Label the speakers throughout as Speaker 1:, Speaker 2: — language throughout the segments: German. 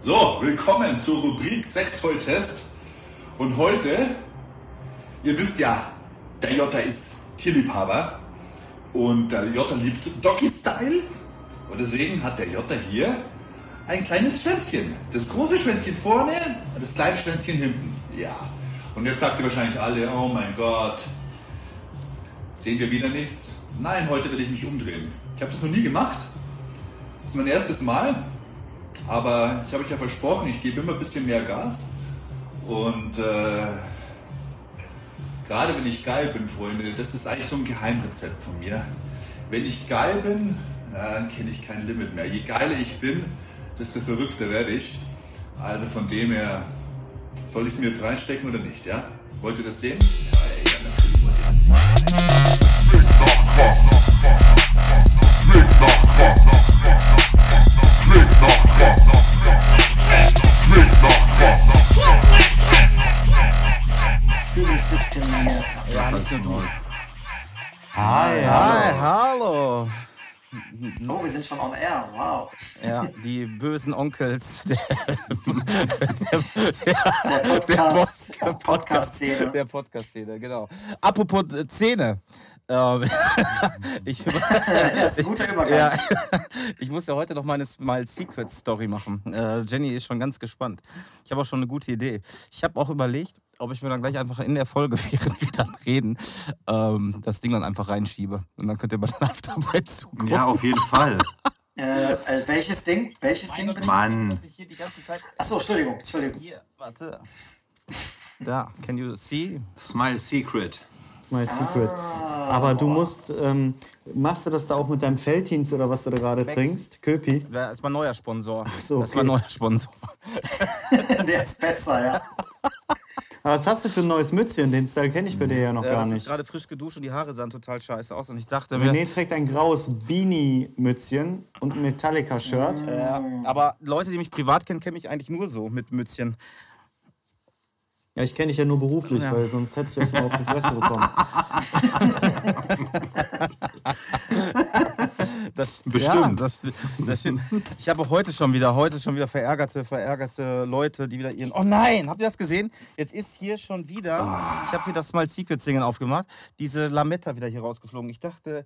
Speaker 1: So, willkommen zur Rubrik Sextoy-Test. Und heute, ihr wisst ja, der Jota ist Tierliebhaber und der Jota liebt Doggy-Style. Und deswegen hat der Jota hier ein kleines Schwänzchen. Das große Schwänzchen vorne und das kleine Schwänzchen hinten. Ja. Und jetzt sagt ihr wahrscheinlich alle, oh mein Gott, sehen wir wieder nichts? Nein, heute will ich mich umdrehen. Ich habe das noch nie gemacht. Das ist mein erstes Mal. Aber ich habe euch ja versprochen, ich gebe immer ein bisschen mehr Gas. Und äh, gerade wenn ich geil bin, Freunde, das ist eigentlich so ein Geheimrezept von mir. Wenn ich geil bin, ja, dann kenne ich kein Limit mehr. Je geiler ich bin, desto verrückter werde ich. Also von dem her, soll ich es mir jetzt reinstecken oder nicht, ja? Wollt ihr das sehen?
Speaker 2: fühle mich diskriminiert. Ja, nicht nur du.
Speaker 3: Hi,
Speaker 4: Hi, hallo.
Speaker 3: hallo.
Speaker 2: Oh, wir sind schon on air. Wow.
Speaker 4: Ja, die bösen Onkels der,
Speaker 2: Der Podcast, Podcast-Szene.
Speaker 4: der Podcast-Szene, genau. Apropos äh, Zähne. Ähm, ich,
Speaker 2: Das ist ein guter Übergang.
Speaker 4: ja, ich muss ja heute noch meine Smile Secret Story machen. Äh, Jenny ist schon ganz gespannt. Ich habe auch schon eine gute Idee. Ich habe auch überlegt, ob ich mir dann gleich einfach in der Folge, während wir dann reden, ähm, das Ding dann einfach reinschiebe. Und dann könnt ihr mal live dabei zugucken.
Speaker 3: Ja, auf jeden Fall.
Speaker 2: Äh, äh, welches Ding? Welches Ding bitte?
Speaker 3: Mann.
Speaker 4: ich hier die ganze Zeit. äh,
Speaker 2: Achso, Entschuldigung, Entschuldigung.
Speaker 4: Hier, warte. Da, can you see?
Speaker 3: Smile Secret.
Speaker 5: That's my secret. Aber du musst, ähm, machst du das da auch mit deinem Felddienst oder was du da gerade trinkst? Köpi?
Speaker 4: Da ist mein neuer Sponsor.
Speaker 5: so,
Speaker 4: Das ist mein
Speaker 5: okay.
Speaker 4: neuer Sponsor.
Speaker 2: Der ist besser, ja.
Speaker 5: Aber was hast du für ein neues Mützchen? Den Style kenne ich bei dir ja noch
Speaker 4: Äh,
Speaker 5: gar
Speaker 4: das ist
Speaker 5: nicht.
Speaker 4: gerade frisch geduscht und die Haare sahen total scheiße aus. Und ich dachte mir,
Speaker 5: René trägt ein graues Beanie-Mützchen und ein Metallica-Shirt.
Speaker 4: äh, aber Leute, die mich privat kennen, kennen mich eigentlich nur so mit Mützchen.
Speaker 5: Ja, ich kenne dich ja nur beruflich,
Speaker 4: Ja.
Speaker 5: weil sonst hätte ich euch mal auf die Fresse bekommen.
Speaker 4: Das, Ja,
Speaker 3: Bestimmt.
Speaker 4: das, das stimmt. Ich habe heute schon wieder, heute schon wieder verärgerte, verärgerte Leute, die wieder ihren. Oh nein, habt ihr das gesehen? Jetzt ist hier schon wieder. Ich habe hier das mal Secret Singen aufgemacht. Diese Lametta wieder hier rausgeflogen. Ich dachte,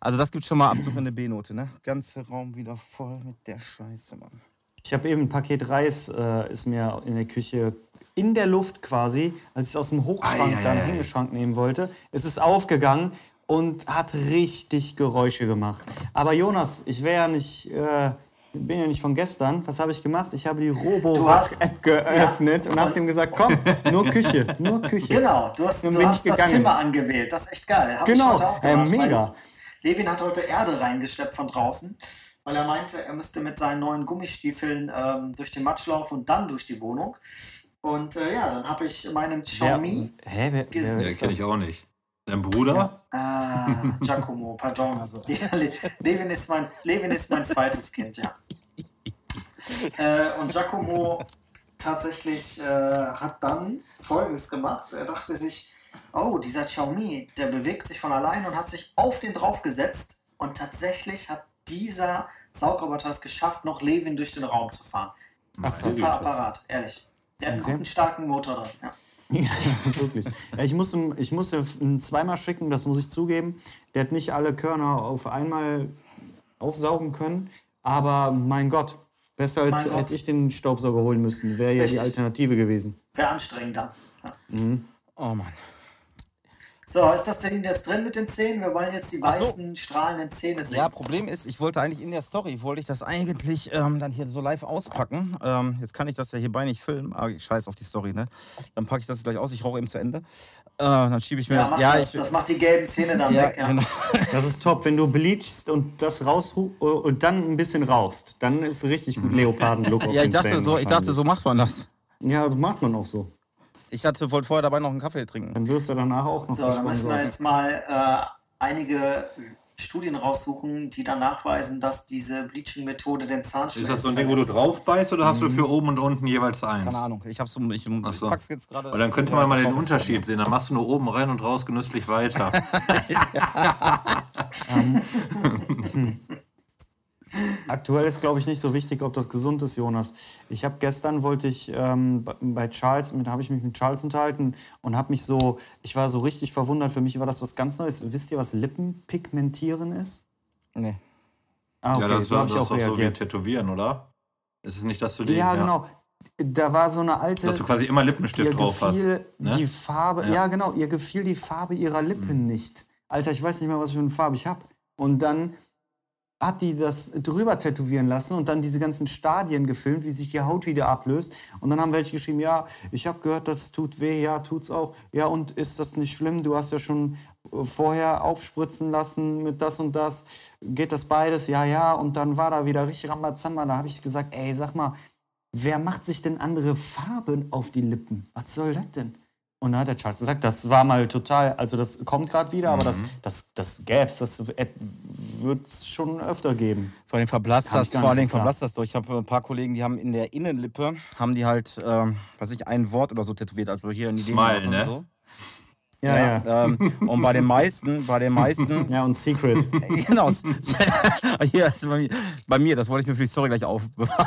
Speaker 4: also das gibt schon mal Abzug in eine B-Note, ne? Ganze Raum wieder voll mit der Scheiße, Mann.
Speaker 5: Ich habe eben ein Paket Reis, äh, ist mir in der Küche in der Luft quasi, als ich es aus dem Hochschrank
Speaker 3: Ei, ei,
Speaker 5: dann
Speaker 3: ei, ei.
Speaker 5: Hängeschrank nehmen wollte. Es ist aufgegangen und hat richtig Geräusche gemacht. Aber Jonas, ich wäre ja nicht, äh, bin ja nicht von gestern. Was habe ich gemacht? Ich habe die
Speaker 2: Du hast-
Speaker 5: Robo-App geöffnet und habe dem gesagt, komm, nur Küche, nur Küche.
Speaker 2: Genau, du hast,
Speaker 5: Nun
Speaker 2: du
Speaker 5: bin
Speaker 2: hast
Speaker 5: ich
Speaker 2: das
Speaker 5: gegangen.
Speaker 2: Zimmer angewählt. Das ist echt geil. Hab
Speaker 5: Genau,
Speaker 2: ich heute auch
Speaker 5: äh,
Speaker 2: gemacht,
Speaker 5: mega.
Speaker 2: weil Levin hat heute Erde reingeschleppt von draußen, weil er meinte, er müsste mit seinen neuen Gummistiefeln ähm, durch den Matsch laufen und dann durch die Wohnung. Und äh, ja, dann habe ich meinem
Speaker 5: Wer,
Speaker 2: Xiaomi,
Speaker 5: hä, wer,
Speaker 2: Gis-
Speaker 5: wer
Speaker 3: Ja,
Speaker 5: ist
Speaker 3: kenne
Speaker 5: das?
Speaker 3: ich auch nicht. Dein Bruder?
Speaker 2: Ah, Giacomo, pardon. Ja, Le Levin, ist mein, Levin ist mein zweites Kind, ja. Äh, und Giacomo tatsächlich äh, hat dann Folgendes gemacht. Er dachte sich, oh, dieser Xiaomi, der bewegt sich von allein und hat sich auf den draufgesetzt. Und tatsächlich hat dieser Saugroboter es geschafft, noch Levin durch den Raum zu fahren. Super Apparat, ehrlich. Der hat einen
Speaker 5: Okay.
Speaker 2: guten, starken Motor drin. Ja.
Speaker 5: Wirklich. Ja, Ich muss, ihm- ich muss ihm ihn zweimal schicken, das muss ich zugeben. Der hat nicht alle Körner auf einmal aufsaugen können, aber mein Gott, besser als
Speaker 2: Mein Gott.
Speaker 5: hätte ich den Staubsauger holen müssen. Wäre ja
Speaker 2: Richtig.
Speaker 5: die Alternative gewesen.
Speaker 2: Wäre anstrengender. Ja.
Speaker 4: Oh Mann.
Speaker 2: So, ist das Ding jetzt drin mit den Zähnen? Wir wollen jetzt die
Speaker 4: Ach so.
Speaker 2: weißen, strahlenden Zähne sehen.
Speaker 4: Ja, Problem ist, ich wollte eigentlich in der Story, wollte ich das eigentlich ähm, dann hier so live auspacken. Ähm, jetzt kann ich das ja hierbei nicht filmen, aber ich scheiß auf die Story, ne? Dann packe ich das gleich aus, ich rauche eben zu Ende. Äh, dann schiebe ich mir...
Speaker 2: Ja, mach das,
Speaker 4: ich,
Speaker 2: das macht die gelben Zähne dann
Speaker 4: ja,
Speaker 2: weg. Ja.
Speaker 4: genau.
Speaker 5: Das ist top. Wenn du bleachst und das raus und dann ein bisschen rauchst, dann ist richtig gut Leoparden-Look auf
Speaker 4: Mhm. ja, ich
Speaker 5: den
Speaker 4: dachte,
Speaker 5: Zähnen
Speaker 4: so, ich dachte,
Speaker 5: wahrscheinlich.
Speaker 4: so macht man das.
Speaker 5: Ja, das macht man auch so.
Speaker 4: Ich hatte wollte vorher dabei noch einen Kaffee trinken.
Speaker 5: Dann wirst du danach auch noch
Speaker 2: So, dann müssen wir
Speaker 5: gesponsert.
Speaker 2: jetzt mal äh, einige Studien raussuchen, die dann nachweisen, dass diese Bleaching-Methode den Zahnschmelz
Speaker 3: Ist das so ein Ding, wo du
Speaker 2: verletzt.
Speaker 3: drauf beißt oder hast du
Speaker 5: Mhm.
Speaker 3: für oben und unten jeweils eins?
Speaker 4: Keine Ahnung, ich hab's um, ich, um,
Speaker 3: Ach so.
Speaker 4: ich pack's jetzt gerade...
Speaker 3: Weil dann könnte man mal den Unterschied sehen. Dann machst du nur oben rein und raus genüsslich weiter.
Speaker 5: Aktuell ist, glaube ich, nicht so wichtig, ob das gesund ist, Jonas. Ich habe gestern wollte ich ähm, bei- bei Charles, mit habe ich mich mit Charles unterhalten und habe mich so, ich war so richtig verwundert. Für mich war das was ganz Neues. Wisst ihr, was Lippenpigmentieren ist?
Speaker 4: Nee.
Speaker 5: Ah,
Speaker 3: ja, das,
Speaker 5: so
Speaker 3: war,
Speaker 5: hab ich
Speaker 3: das ist
Speaker 5: auch
Speaker 3: doch so wie
Speaker 5: reagiert.
Speaker 3: Tätowieren, oder? Ist es nicht, dass du die,
Speaker 5: Ja, genau. Da war so eine alte.
Speaker 3: dass du quasi immer
Speaker 5: ihr
Speaker 3: Lippenstift drauf hast?
Speaker 5: gefiel
Speaker 3: ne?
Speaker 5: die Farbe,
Speaker 3: Ja. Mhm.
Speaker 5: ja. genau, ihr gefiel die Farbe ihrer Lippen nicht. Alter, ich weiß nicht mehr, was für eine Farbe ich habe. Und dann hat die das drüber tätowieren lassen und dann diese ganzen Stadien gefilmt, wie sich die Haut wieder ablöst. Und dann haben welche geschrieben, ja, ich habe gehört, das tut weh, ja, tut's auch. Ja, und ist das nicht schlimm? Du hast ja schon äh, vorher aufspritzen lassen mit das und das. Geht das beides? Ja, ja. Und dann war da wieder richtig Rambazamba. Da habe ich gesagt, ey, sag mal, wer macht sich denn andere Farben auf die Lippen? Was soll das denn? Und da hat der Charles gesagt, das war mal total, also das kommt gerade wieder, aber
Speaker 4: Mhm.
Speaker 5: das, das, das gäb's, das wird es schon öfter geben.
Speaker 4: Vor allem verblasst
Speaker 5: Kam ich
Speaker 4: das,
Speaker 5: gar
Speaker 4: vor
Speaker 5: nicht
Speaker 4: allem
Speaker 5: mit klar.
Speaker 4: verblasst das durch. Ich habe ein paar Kollegen, die haben in der Innenlippe, haben die halt, ähm, was weiß ich, ein Wort oder so tätowiert. Also hier in die
Speaker 3: Smile,
Speaker 4: Dänemark und
Speaker 3: ne?
Speaker 4: So. Ja, Ähm, und bei den meisten, bei den meisten,
Speaker 5: Ja, und Secret.
Speaker 4: genau. s- Hier, das ist bei, mir, bei mir, das wollte ich mir für die Story gleich aufbewahren.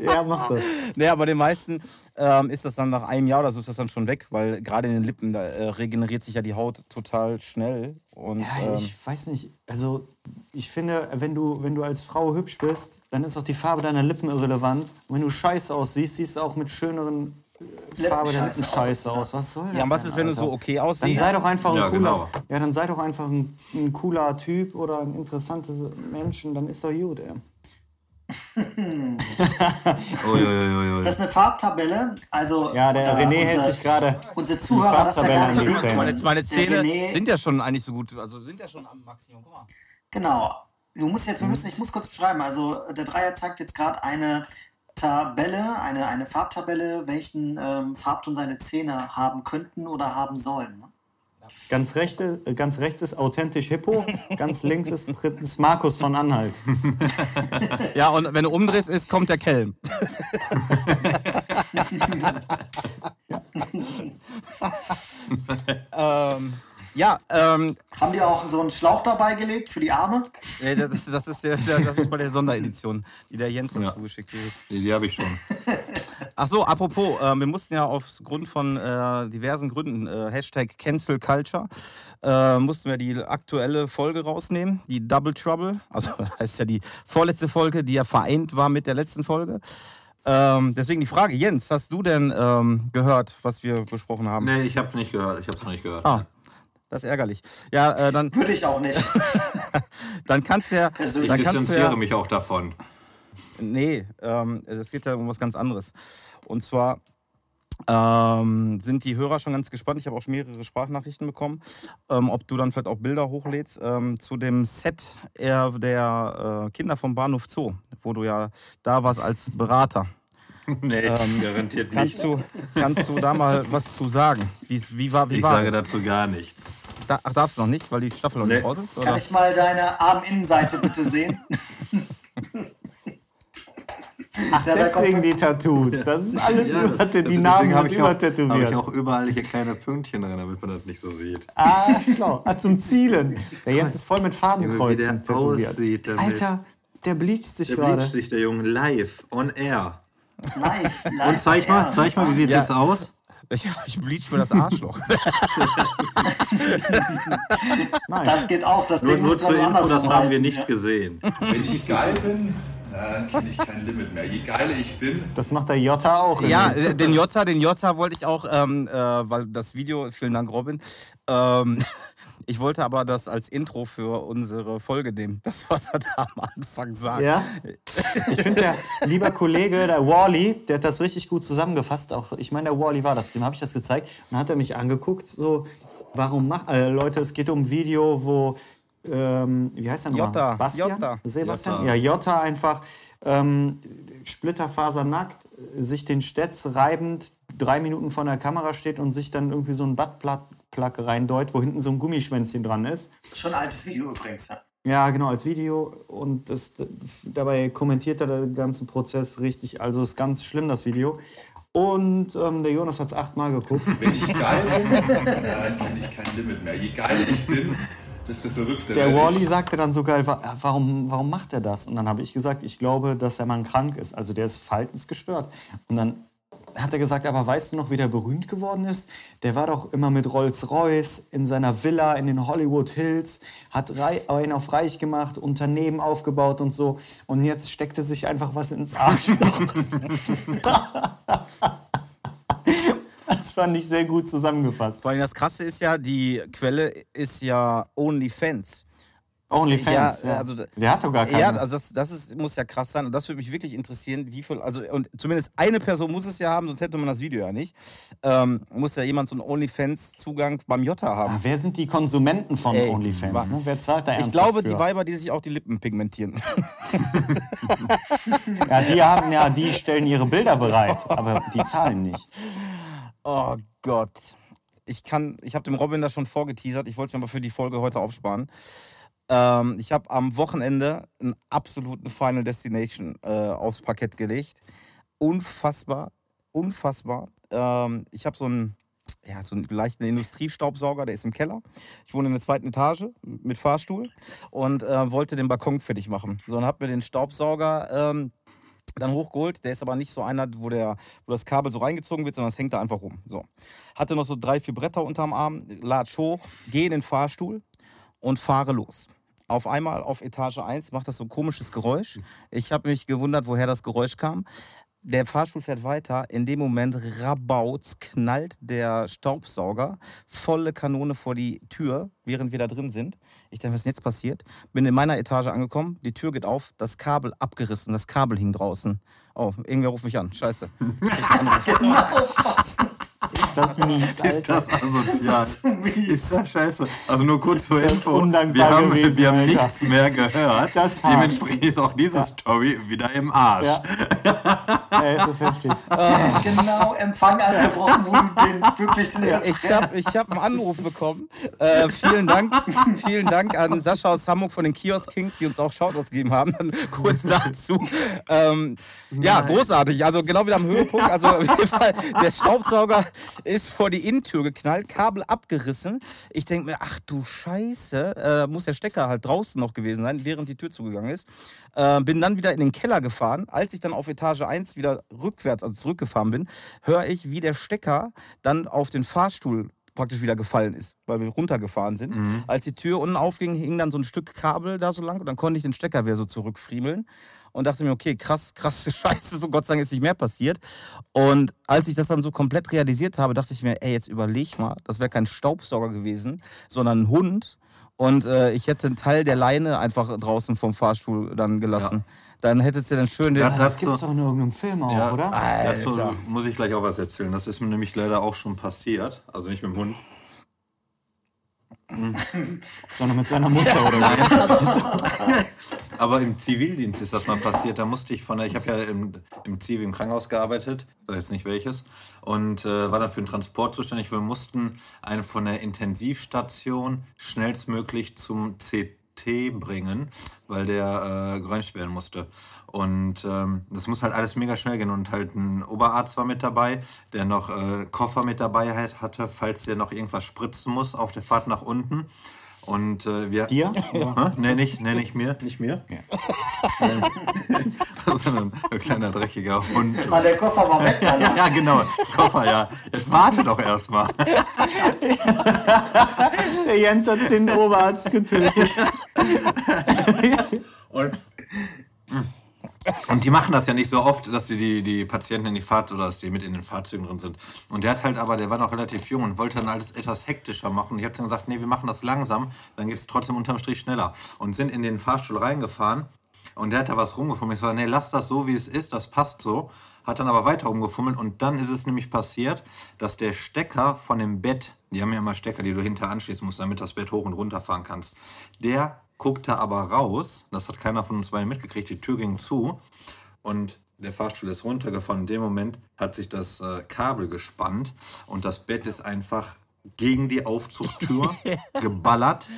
Speaker 5: ja, mach das.
Speaker 4: Naja, bei den meisten ähm, ist das dann nach einem Jahr oder so ist das dann schon weg, weil gerade in den Lippen, da äh, regeneriert sich ja die Haut total schnell. Und,
Speaker 5: Ja,
Speaker 4: ähm,
Speaker 5: ich weiß nicht. Also, ich finde, wenn du, wenn du als Frau hübsch bist, dann ist auch die Farbe deiner Lippen irrelevant. Und wenn du scheiße aussiehst, siehst du auch mit schöneren äh, Farbe der Lippen
Speaker 2: scheiße aus.
Speaker 5: scheiße aus. Was soll das?
Speaker 4: ja, und was
Speaker 5: denn,
Speaker 4: ist, wenn du
Speaker 5: Alter?
Speaker 4: so okay
Speaker 5: Dann
Speaker 4: aussiehst?
Speaker 5: sei doch einfach ein
Speaker 3: Ja,
Speaker 5: cooler.
Speaker 3: genau.
Speaker 5: Ja, dann sei doch einfach ein, ein cooler Typ oder ein interessantes Menschen, dann ist doch gut, ey.
Speaker 3: Uiuiuiui.
Speaker 2: Das ist eine Farbtabelle. Also,
Speaker 5: Ja, der
Speaker 2: da
Speaker 5: René hält
Speaker 2: unser-
Speaker 5: sich gerade.
Speaker 2: Unsere Zuhörer das ja gar nicht sehen
Speaker 5: Farbtabelle
Speaker 2: können.
Speaker 5: an
Speaker 4: Meine, meine
Speaker 2: Der
Speaker 4: Zähne
Speaker 2: René-
Speaker 4: sind ja schon eigentlich so gut, also sind ja schon am Maximum. Guck mal.
Speaker 2: Genau. Du musst jetzt, wir
Speaker 3: Mhm.
Speaker 2: müssen, ich muss kurz beschreiben. Also der Dreier zeigt jetzt gerade eine Tabelle, eine, eine Farbtabelle, welchen ähm, Farbton seine Zähne haben könnten oder haben sollen. ne?
Speaker 5: Ganz, rechte, äh, ganz rechts ist authentisch Hippo, ganz links ist Prinz Markus von Anhalt.
Speaker 4: Ja, und wenn du umdrehst, ist, kommt der Kelm. ähm, ja, ähm,
Speaker 2: Haben die auch so einen Schlauch dabei gelegt für die Arme?
Speaker 4: nee, das, ist- das, ist der, der, das ist bei der Sonderedition, die der Jens uns
Speaker 3: Ja.
Speaker 4: zugeschickt hat.
Speaker 3: Die, die habe ich schon.
Speaker 4: Ach so, apropos, äh, wir mussten ja aufgrund von äh, diversen Gründen, äh, Hashtag Cancel Culture, äh, mussten wir die aktuelle Folge rausnehmen, die Double Trouble, also heißt ja die vorletzte Folge, die ja vereint war mit der letzten Folge. Ähm, deswegen die Frage, Jens, hast du denn ähm, gehört, was wir besprochen haben?
Speaker 3: Nee, ich habe nicht gehört. Ich habe es noch nicht gehört.
Speaker 4: Ah, das ist ärgerlich. Ja, äh, dann,
Speaker 2: Würde ich auch nicht.
Speaker 4: dann kannst du ja...
Speaker 2: Also,
Speaker 3: ich
Speaker 4: dann kannst du
Speaker 3: distanziere
Speaker 4: ja,
Speaker 3: mich auch davon.
Speaker 4: Nee, ähm, es geht ja um was ganz anderes. Und zwar ähm, sind die Hörer schon ganz gespannt. Ich habe auch schon mehrere Sprachnachrichten bekommen, ähm, ob du dann vielleicht auch Bilder hochlädst ähm, zu dem Set eher der äh, Kinder vom Bahnhof Zoo, wo du ja da warst als Berater.
Speaker 3: Nee,
Speaker 5: Ähm,
Speaker 3: garantiert
Speaker 4: Kannst du, kannst du da mal was zu sagen? Wie, wie war, wie
Speaker 3: Ich
Speaker 4: war
Speaker 3: sage dazu gar nichts.
Speaker 4: da, Ach, darfst du noch nicht, weil die Staffel noch
Speaker 3: Nee.
Speaker 4: nicht raus ist?
Speaker 2: Kann
Speaker 4: Oder?
Speaker 2: ich mal deine Arminnenseite bitte sehen? Ach,
Speaker 5: Deswegen die Tattoos. Das ist alles
Speaker 3: Ja,
Speaker 5: über, die
Speaker 3: deswegen
Speaker 5: Namen
Speaker 3: habe
Speaker 5: sind
Speaker 3: ich auch- Habe
Speaker 5: übertätowiert.
Speaker 3: ich auch überall hier kleine Pünktchen drin, damit man das nicht so sieht.
Speaker 5: Ah, schlau. Ah, zum Zielen. Der Jens ist voll mit
Speaker 3: Junge, wie der
Speaker 5: Fadenkreuzen
Speaker 3: aussieht,
Speaker 5: tätowiert.
Speaker 3: der
Speaker 5: Alter, der bleicht sich
Speaker 3: Der
Speaker 5: gerade.
Speaker 3: blinzt sich der Junge live, on air.
Speaker 2: live, live.
Speaker 3: Und zeig mal,
Speaker 2: ja.
Speaker 3: zeig mal, wie sieht's
Speaker 4: Ja.
Speaker 3: jetzt aus?
Speaker 4: Ich, ich bleach mir das Arschloch.
Speaker 5: Nein.
Speaker 2: Das geht auch, das
Speaker 3: Nur,
Speaker 2: Ding
Speaker 3: nur
Speaker 2: muss
Speaker 3: zur
Speaker 2: man
Speaker 3: Info,
Speaker 2: anders ne?
Speaker 3: das haben wir
Speaker 2: halten,
Speaker 3: nicht
Speaker 2: ja.
Speaker 3: gesehen.
Speaker 1: Wenn ich geil bin, dann kenne ich kein Limit mehr. Je geiler ich bin,
Speaker 5: Das macht der Jota auch.
Speaker 4: Ja,
Speaker 5: irgendwie.
Speaker 4: äh, den Jotza, den Jotza wollte ich auch, ähm, äh, weil das Video, vielen Dank Robin, ähm, ich wollte aber das als Intro für unsere Folge nehmen. Das, was er da am Anfang sagt.
Speaker 5: Ja. Ich finde, der lieber Kollege, der Wally, der hat das richtig gut zusammengefasst. Auch ich meine, der Wally war das, dem habe ich das gezeigt. Und dann hat er mich angeguckt, so, warum macht. Äh, Leute, es geht um ein Video, wo. Ähm, wie heißt der nochmal?
Speaker 4: Jota,
Speaker 5: Bastian?
Speaker 4: Jota.
Speaker 5: Sebastian?
Speaker 3: Jota.
Speaker 5: Ja, Jota einfach. Ähm, Splitterfasernackt, sich den Stetz reibend, drei Minuten vor der Kamera steht und sich dann irgendwie so ein Buttplug reindeut, wo hinten so ein Gummischwänzchen dran ist.
Speaker 2: Schon ein altes Video übrigens, ja.
Speaker 5: Ja, genau, als Video. Und das, dabei kommentiert er den ganzen Prozess richtig. Also ist ganz schlimm, das Video. Und ähm, der Jonas hat es achtmal geguckt.
Speaker 1: äh, wenn ich geil bin, dann kenne ich kein Limit mehr. Je geiler ich bin, desto verrückter
Speaker 5: Der
Speaker 1: werde ich.
Speaker 5: Wally sagte dann sogar, wa- äh, warum, warum macht er das? Und dann habe ich gesagt, ich glaube, dass der Mann krank ist. Also der ist verhaltensgestört. Und dann hat er gesagt, aber weißt du noch, wie der berühmt geworden ist? Der war doch immer mit Rolls-Royce in seiner Villa in den Hollywood Hills, hat rei- einen auf reich gemacht, Unternehmen aufgebaut und so. Und jetzt steckt er sich einfach was ins Arschloch. das fand ich sehr gut zusammengefasst.
Speaker 4: Vor allem das Krasse ist ja, die Quelle ist ja OnlyFans.
Speaker 5: OnlyFans.
Speaker 4: Ja,
Speaker 5: Ja,
Speaker 4: also-
Speaker 5: der hat doch gar keine.
Speaker 4: Ja, also das, das ist, muss ja krass sein. Und das würde mich wirklich interessieren, wie viel, also und zumindest eine Person muss es ja haben, sonst hätte man das Video ja nicht. Ähm, muss ja jemand so einen OnlyFans-Zugang beim Jota
Speaker 5: Ah,
Speaker 4: haben.
Speaker 5: wer sind die Konsumenten von
Speaker 4: Ey, wa-
Speaker 5: OnlyFans? Ne? Wer zahlt da
Speaker 4: ich
Speaker 5: ernsthaft
Speaker 4: glaube,
Speaker 5: für?
Speaker 4: die Weiber, die sich auch die Lippen pigmentieren.
Speaker 5: Ja, die haben ja, die stellen ihre Bilder bereit, aber die zahlen nicht.
Speaker 4: oh Gott. Ich kann, ich habe dem Robin das schon vorgeteasert. Ich wollte es mir aber für die Folge heute aufsparen. Ähm, ich habe am Wochenende einen absoluten Final Destination äh, aufs Parkett gelegt. Unfassbar, unfassbar. Ähm, ich habe so einen, ja, so einen leichten Industriestaubsauger, der ist im Keller. Ich wohne in der zweiten Etage mit Fahrstuhl und äh, wollte den Balkon fertig machen. So, und habe mir den Staubsauger ähm, dann hochgeholt. Der ist aber nicht so einer, wo, der, wo das Kabel so reingezogen wird, sondern es hängt da einfach rum. So. Hatte noch so drei, vier Bretter unterm Arm, latsch hoch, gehe in den Fahrstuhl und fahre los. Auf einmal auf Etage 1 macht das so ein komisches Geräusch. Ich habe mich gewundert, woher das Geräusch kam. Der Fahrstuhl fährt weiter. In dem Moment rabautz, knallt der Staubsauger volle Kanone vor die Tür, während wir da drin sind. Ich denke, was ist denn jetzt passiert? Bin in meiner Etage angekommen, die Tür geht auf, das Kabel abgerissen, das Kabel hing draußen. Oh, irgendwer ruft mich an. Scheiße.
Speaker 5: Das ist mies,
Speaker 3: Ist
Speaker 5: Alter.
Speaker 3: das asozial? Ist das scheißche? Also nur kurz zur
Speaker 5: das
Speaker 3: Info.
Speaker 5: undankbar
Speaker 3: Wir haben,
Speaker 5: gewesen,
Speaker 3: wir haben
Speaker 5: Alter.
Speaker 3: nichts mehr gehört.
Speaker 5: Das ist hart.
Speaker 3: Dementsprechend ist auch diese Story wieder im Arsch.
Speaker 5: Ja. Ey, das ist heftig.
Speaker 2: Genau, Empfang abgebrochen, wo du den, wirklich den
Speaker 4: Ich habe ich hab einen Anruf bekommen. Äh, vielen Dank. Vielen Dank an Sascha aus Hamburg von den Kiosk Kings, die uns auch Shoutouts gegeben haben. Dann kurz dazu. Ähm, ja, großartig. Also genau wieder am Höhepunkt. Also auf jeden Fall, der Staubsauger ist vor die Innentür geknallt, Kabel abgerissen. Ich denke mir, ach du Scheiße, äh, muss der Stecker halt draußen noch gewesen sein, während die Tür zugegangen ist. Äh, bin dann wieder in den Keller gefahren. Als ich dann auf Etage 1 wieder rückwärts, also zurückgefahren bin, höre ich, wie der Stecker dann auf den Fahrstuhl praktisch wieder gefallen ist, weil wir runtergefahren sind. Als die Tür unten aufging, hing dann so ein Stück Kabel da so lang und dann konnte ich den Stecker wieder so zurückfriemeln und dachte mir, okay, krass, krasse Scheiße, so Gott sei Dank ist nicht mehr passiert. Und als ich das dann so komplett realisiert habe, dachte ich mir, ey, jetzt überleg mal, das wäre kein Staubsauger gewesen, sondern ein Hund und äh, ich hätte einen Teil der Leine einfach draußen vom Fahrstuhl dann gelassen. Dann hättest du dann schön den...
Speaker 3: Ja,
Speaker 5: Das
Speaker 3: dazu-
Speaker 5: gibt es doch in irgendeinem Film auch,
Speaker 3: Ja,
Speaker 5: oder?
Speaker 3: Dazu muss ich gleich auch was erzählen. Das ist mir nämlich leider auch schon passiert. Also nicht mit dem Hund.
Speaker 5: Sondern mit seiner Mutter oder so.
Speaker 3: Aber im Zivildienst ist das mal passiert. Da musste ich von der, ich habe ja im, im Zivil im Krankenhaus gearbeitet, sag jetzt nicht welches, und äh, war dann für den Transport zuständig. Wir mussten einen von der Intensivstation schnellstmöglich zum CT bringen, weil der äh, geröntgt werden musste. Und ähm, das muss halt alles mega schnell gehen. Und halt ein Oberarzt war mit dabei, der noch äh, Koffer mit dabei hat, hatte, falls der noch irgendwas spritzen muss auf der Fahrt nach unten. Und äh, wir.
Speaker 5: Dir?
Speaker 3: Hä? Nee, nicht, nee, nicht mir. Nicht mir. Sondern ein kleiner dreckiger Hund.
Speaker 2: Ah, der Koffer war weg, Alter.
Speaker 3: Ja, genau. Koffer, ja. Jetzt warte doch erstmal.
Speaker 5: Der Jens hat den Oberarzt getötet.
Speaker 3: Und, und die machen das ja nicht so oft, dass die, die die Patienten in die Fahrt oder dass die mit in den Fahrzeugen drin sind. Und der hat halt aber, der war noch relativ jung und wollte dann alles etwas hektischer machen. Ich habe dann gesagt, nee, wir machen das langsam, dann geht es trotzdem unterm Strich schneller. Und sind in den Fahrstuhl reingefahren und der hat da was rumgefummelt. Ich sage, nee, lass das so, wie es ist, das passt so. Hat dann aber weiter rumgefummelt und dann ist es nämlich passiert, dass der Stecker von dem Bett, die haben ja immer Stecker, die du hinter anschließen musst, damit das Bett hoch und runter fahren kannst, der guckte aber raus, das hat keiner von uns beiden mitgekriegt, die Tür ging zu und der Fahrstuhl ist runtergefahren. In dem Moment hat sich das äh, Kabel gespannt und das Bett ist einfach gegen die Aufzugtür geballert.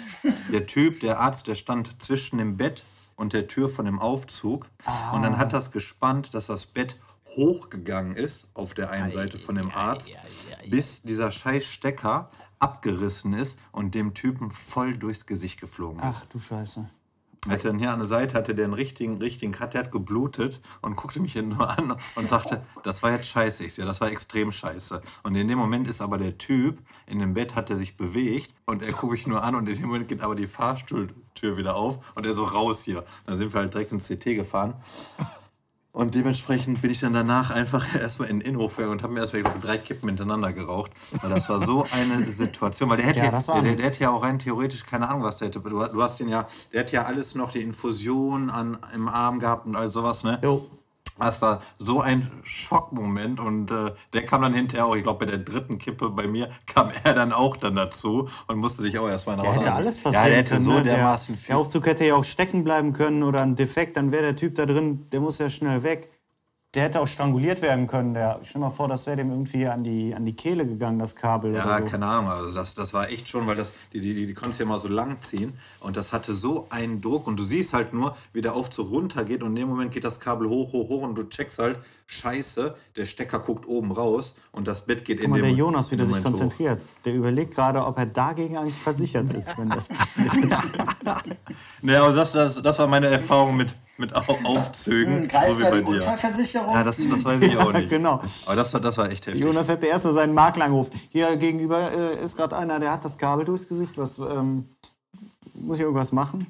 Speaker 3: Der Typ, der Arzt, der stand zwischen dem Bett und der Tür von dem Aufzug. Und dann hat das gespannt, dass das Bett hochgegangen ist auf der einen Seite von dem Arzt, bis dieser scheiß Stecker abgerissen ist und dem Typen voll durchs Gesicht geflogen ist.
Speaker 5: Ach du Scheiße.
Speaker 3: Er hatte dann hier an der Seite, hatte der einen richtigen, richtigen Cut, der hat geblutet und guckte mich hier nur an und sagte, das war jetzt scheiße. Ich so, ja, das war extrem scheiße. Und in dem Moment ist aber der Typ in dem Bett, hat er sich bewegt und er guckt mich nur an und in dem Moment geht aber die Fahrstuhltür wieder auf und er so raus hier. Dann sind wir halt direkt ins CT gefahren. Und dementsprechend bin ich dann danach einfach erstmal in den Innenhof gegangen und habe mir erstmal ich glaub, drei Kippen hintereinander geraucht. Weil das war so eine Situation. Weil der hätte
Speaker 5: Ja,
Speaker 3: ja,
Speaker 5: das war
Speaker 3: der, der,
Speaker 5: nix.
Speaker 3: der hätte ja auch rein theoretisch keine Ahnung, was der hätte. Du, du hast den ja, der hat ja alles noch, die Infusion an, im Arm gehabt und all sowas, ne?
Speaker 5: Jo.
Speaker 3: Das war so ein Schockmoment und äh, der kam dann hinterher auch, ich glaube bei der dritten Kippe bei mir kam er dann auch dann dazu und musste sich auch erstmal nach
Speaker 5: Der hätte
Speaker 3: Hause-
Speaker 5: alles
Speaker 3: Ja,
Speaker 5: passieren
Speaker 3: der hätte
Speaker 5: können.
Speaker 3: so
Speaker 5: ne?
Speaker 3: dermaßen
Speaker 5: der, der Aufzug hätte ja auch stecken bleiben können oder ein Defekt, dann wäre der Typ da drin, der muss ja schnell weg. Der hätte auch stranguliert werden können. Der, stell dir mal vor, das wäre dem irgendwie an die, an die Kehle gegangen, das Kabel
Speaker 3: Ja,
Speaker 5: oder so.
Speaker 3: keine Ahnung. Also das, das war echt schon, weil das, die, die, die, die konntest du ja mal so lang ziehen und das hatte so einen Druck und du siehst halt nur, wie der Aufzug runter geht und in dem Moment geht das Kabel hoch, hoch, hoch und du checkst halt, scheiße, der Stecker guckt oben raus und das Bett geht in
Speaker 5: Guck mal,
Speaker 3: dem
Speaker 5: der Jonas, wie
Speaker 3: in
Speaker 5: der
Speaker 3: dem
Speaker 5: sich
Speaker 3: Moment hoch.
Speaker 5: konzentriert. Der überlegt gerade, ob er dagegen eigentlich versichert ist, wenn das passiert.
Speaker 3: Naja, aber das, das, das war meine Erfahrung mit, mit Au- Aufzügen, so
Speaker 2: Hm, Greift
Speaker 3: wie
Speaker 2: da
Speaker 3: bei
Speaker 2: die
Speaker 3: dir.
Speaker 2: Unfallversicherung?
Speaker 3: Ja, das, das weiß ich auch nicht.
Speaker 5: genau.
Speaker 3: Aber das, war- das war echt heftig.
Speaker 5: Jonas hätte erst mal seinen Makler angerufen. Hier gegenüber äh, ist gerade einer, der hat das Kabel durchs Gesicht. Was, ähm, muss ich irgendwas machen?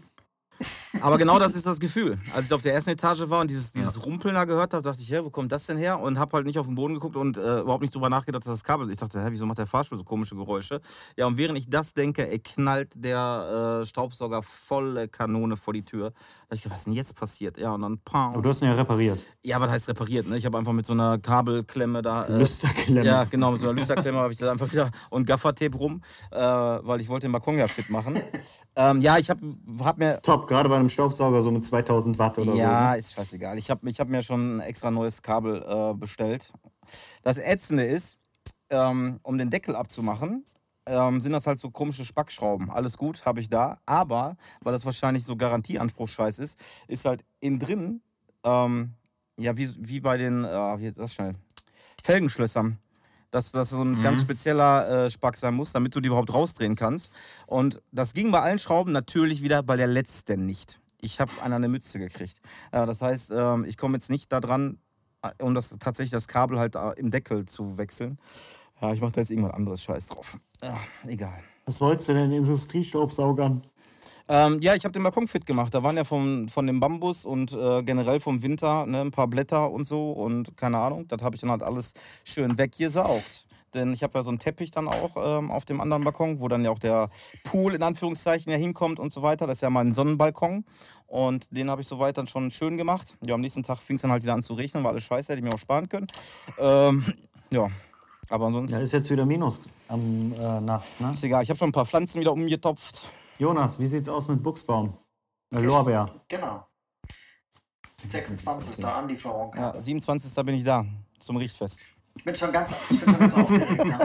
Speaker 4: Aber genau das ist das Gefühl. Als ich auf der ersten Etage war und dieses, dieses Rumpeln da gehört habe, dachte ich, hä, wo kommt das denn her? Und habe halt nicht auf den Boden geguckt und äh, überhaupt nicht drüber nachgedacht, dass das Kabel. Ich dachte, hä, wieso macht der Fahrstuhl so komische Geräusche? Ja, und während ich das denke, ey, knallt der äh, Staubsauger volle Kanone vor die Tür. Da hab ich gedacht, was ist denn jetzt passiert? Ja, und dann
Speaker 5: Aber
Speaker 4: pam.
Speaker 5: du hast ihn ja repariert.
Speaker 4: Ja, aber das heißt repariert, ne? Ich habe einfach mit so einer Kabelklemme da. Äh,
Speaker 5: Lüsterklemme.
Speaker 4: Ja, genau, mit so einer Lüsterklemme habe ich das einfach wieder und Gaffertape rum, äh, weil ich wollte den Balkon ja fit machen. ähm, ja, ich habe hab mir
Speaker 5: Top, gerade bei einem Staubsauger so mit 2000 Watt oder ne?
Speaker 4: ja, ist scheißegal. Ich habe ich hab mir schon ein extra neues Kabel äh, bestellt. Das Ätzende ist, ähm, um den Deckel abzumachen, ähm, sind das halt so komische Spackschrauben. Alles gut, habe ich da. Aber, weil das wahrscheinlich so Garantieanspruchscheiß ist, ist halt innen drin, ähm, ja, wie, wie bei den, äh, wie jetzt das schnell, Felgenschlössern. Dass das so ein ganz spezieller äh, Spack sein muss, damit du die überhaupt rausdrehen kannst. Und das ging bei allen Schrauben natürlich wieder bei der letzten nicht. Ich habe an eine Mütze gekriegt. Äh, das heißt, ähm, ich komme jetzt nicht daran, äh, um das, tatsächlich das Kabel halt äh, im Deckel zu wechseln. Ja, ich mache da jetzt irgendwas anderes Scheiß drauf. Ja, egal.
Speaker 5: so. Was wolltest du denn Industriestaubsaugern?
Speaker 4: Ähm, ja, ich habe den Balkon fit gemacht. Da waren ja vom, von dem Bambus und äh, generell vom Winter ne, ein paar Blätter und so und keine Ahnung. Das habe ich dann halt alles schön weggesaugt. Denn ich habe ja so einen Teppich dann auch ähm, auf dem anderen Balkon, wo dann ja auch der Pool in Anführungszeichen ja hinkommt und so weiter. Das ist ja mein Sonnenbalkon. Und den habe ich soweit dann schon schön gemacht. Ja, am nächsten Tag fing es dann halt wieder an zu regnen, war alles scheiße, hätte ich mir auch sparen können. Ähm, ja, aber ansonsten
Speaker 5: Ja, ist jetzt wieder Minus am äh, nachts, ne?
Speaker 4: ist egal. Ich habe schon ein paar Pflanzen wieder umgetopft.
Speaker 5: Jonas, wie sieht's aus mit Buchsbaum? Äh, Lorbeer.
Speaker 2: Genau. 26. Anlieferung.
Speaker 4: Ja, 27. bin ich da zum Richtfest.
Speaker 2: Ich bin schon ganz, ich bin schon ganz aufgeregt.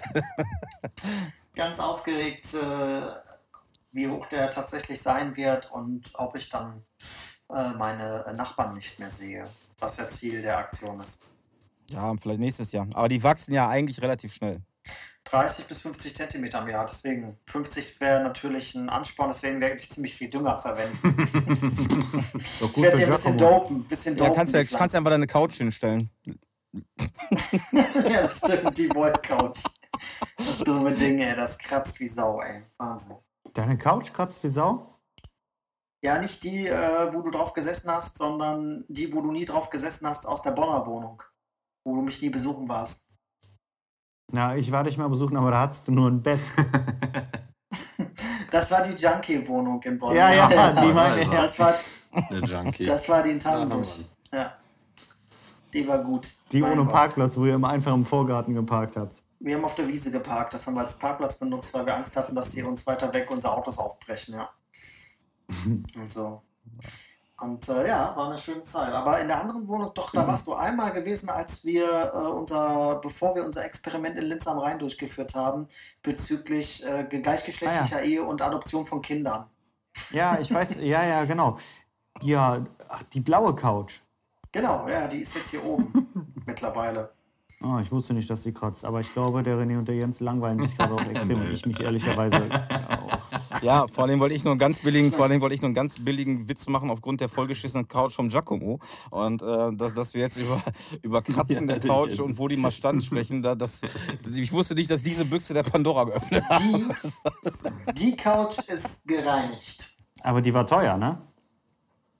Speaker 2: Ja. ganz aufgeregt, äh, wie hoch der tatsächlich sein wird und ob ich dann äh, meine Nachbarn nicht mehr sehe, was ja Ziel der Aktion ist.
Speaker 4: Ja, vielleicht nächstes Jahr. Aber die wachsen ja eigentlich relativ schnell.
Speaker 2: 30 bis 50 Zentimeter im Jahr, deswegen 50 wäre natürlich ein Ansporn, deswegen werde ich ziemlich viel Dünger verwenden.
Speaker 5: Ist Doch
Speaker 2: Ich werde dir ein bisschen dopen, bisschen dopen.
Speaker 4: Ja, kannst du
Speaker 2: die
Speaker 4: ja, kannst ja
Speaker 2: Pflanzen.
Speaker 4: einfach deine Couch hinstellen.
Speaker 2: Ja, das stimmt, die Wallcouch. Das dumme Ding, ey, das kratzt wie Sau, ey. Wahnsinn.
Speaker 5: Deine Couch kratzt wie Sau?
Speaker 2: Ja, nicht die, äh, wo du drauf gesessen hast, sondern die, wo du nie drauf gesessen hast aus der Bonner Wohnung, wo du mich nie besuchen warst.
Speaker 5: Na, ich war dich mal besuchen, aber da hattest du nur ein Bett.
Speaker 2: Das war die Junkie-Wohnung in Bonn.
Speaker 5: Ja, ja, die
Speaker 3: meine ich, ja.
Speaker 2: Das war,
Speaker 3: Der Junkie.
Speaker 2: das war die in Tannenbusch. Ja. Die war gut.
Speaker 5: Die
Speaker 2: Mein
Speaker 5: ohne
Speaker 2: Gott.
Speaker 5: Parkplatz, wo ihr immer einfach im Vorgarten geparkt habt.
Speaker 2: Wir haben auf der Wiese geparkt. Das haben wir als Parkplatz benutzt, weil wir Angst hatten, dass die uns weiter weg unsere Autos aufbrechen, ja. Und so. Und äh, ja, war eine schöne Zeit. Aber in der anderen Wohnung, doch, da warst du einmal gewesen, als wir äh, unser, bevor wir unser Experiment in Linz am Rhein durchgeführt haben, bezüglich äh, gleichgeschlechtlicher Ehe und Adoption von Kindern.
Speaker 5: Ja, ich weiß, ja, ja, genau. Ja, ach, die blaue Couch.
Speaker 2: Genau, ja, die ist jetzt hier oben mittlerweile.
Speaker 5: Ah, ich wusste nicht, dass sie kratzt, aber ich glaube, der René und der Jens langweilen sich gerade auch extrem und ich mich ehrlicherweise auch.
Speaker 4: Ja, vor allem wollte ich nur einen ganz billigen, vor allem wollte ich nur einen ganz billigen Witz machen aufgrund der vollgeschissenen Couch vom Giacomo. Und äh, dass, dass wir jetzt über, über Kratzen der Couch und wo die mal stand sprechen, da, das, ich wusste nicht, dass diese Büchse der Pandora geöffnet hat.
Speaker 2: Die, die Couch ist gereinigt.
Speaker 5: Aber die war teuer, ne?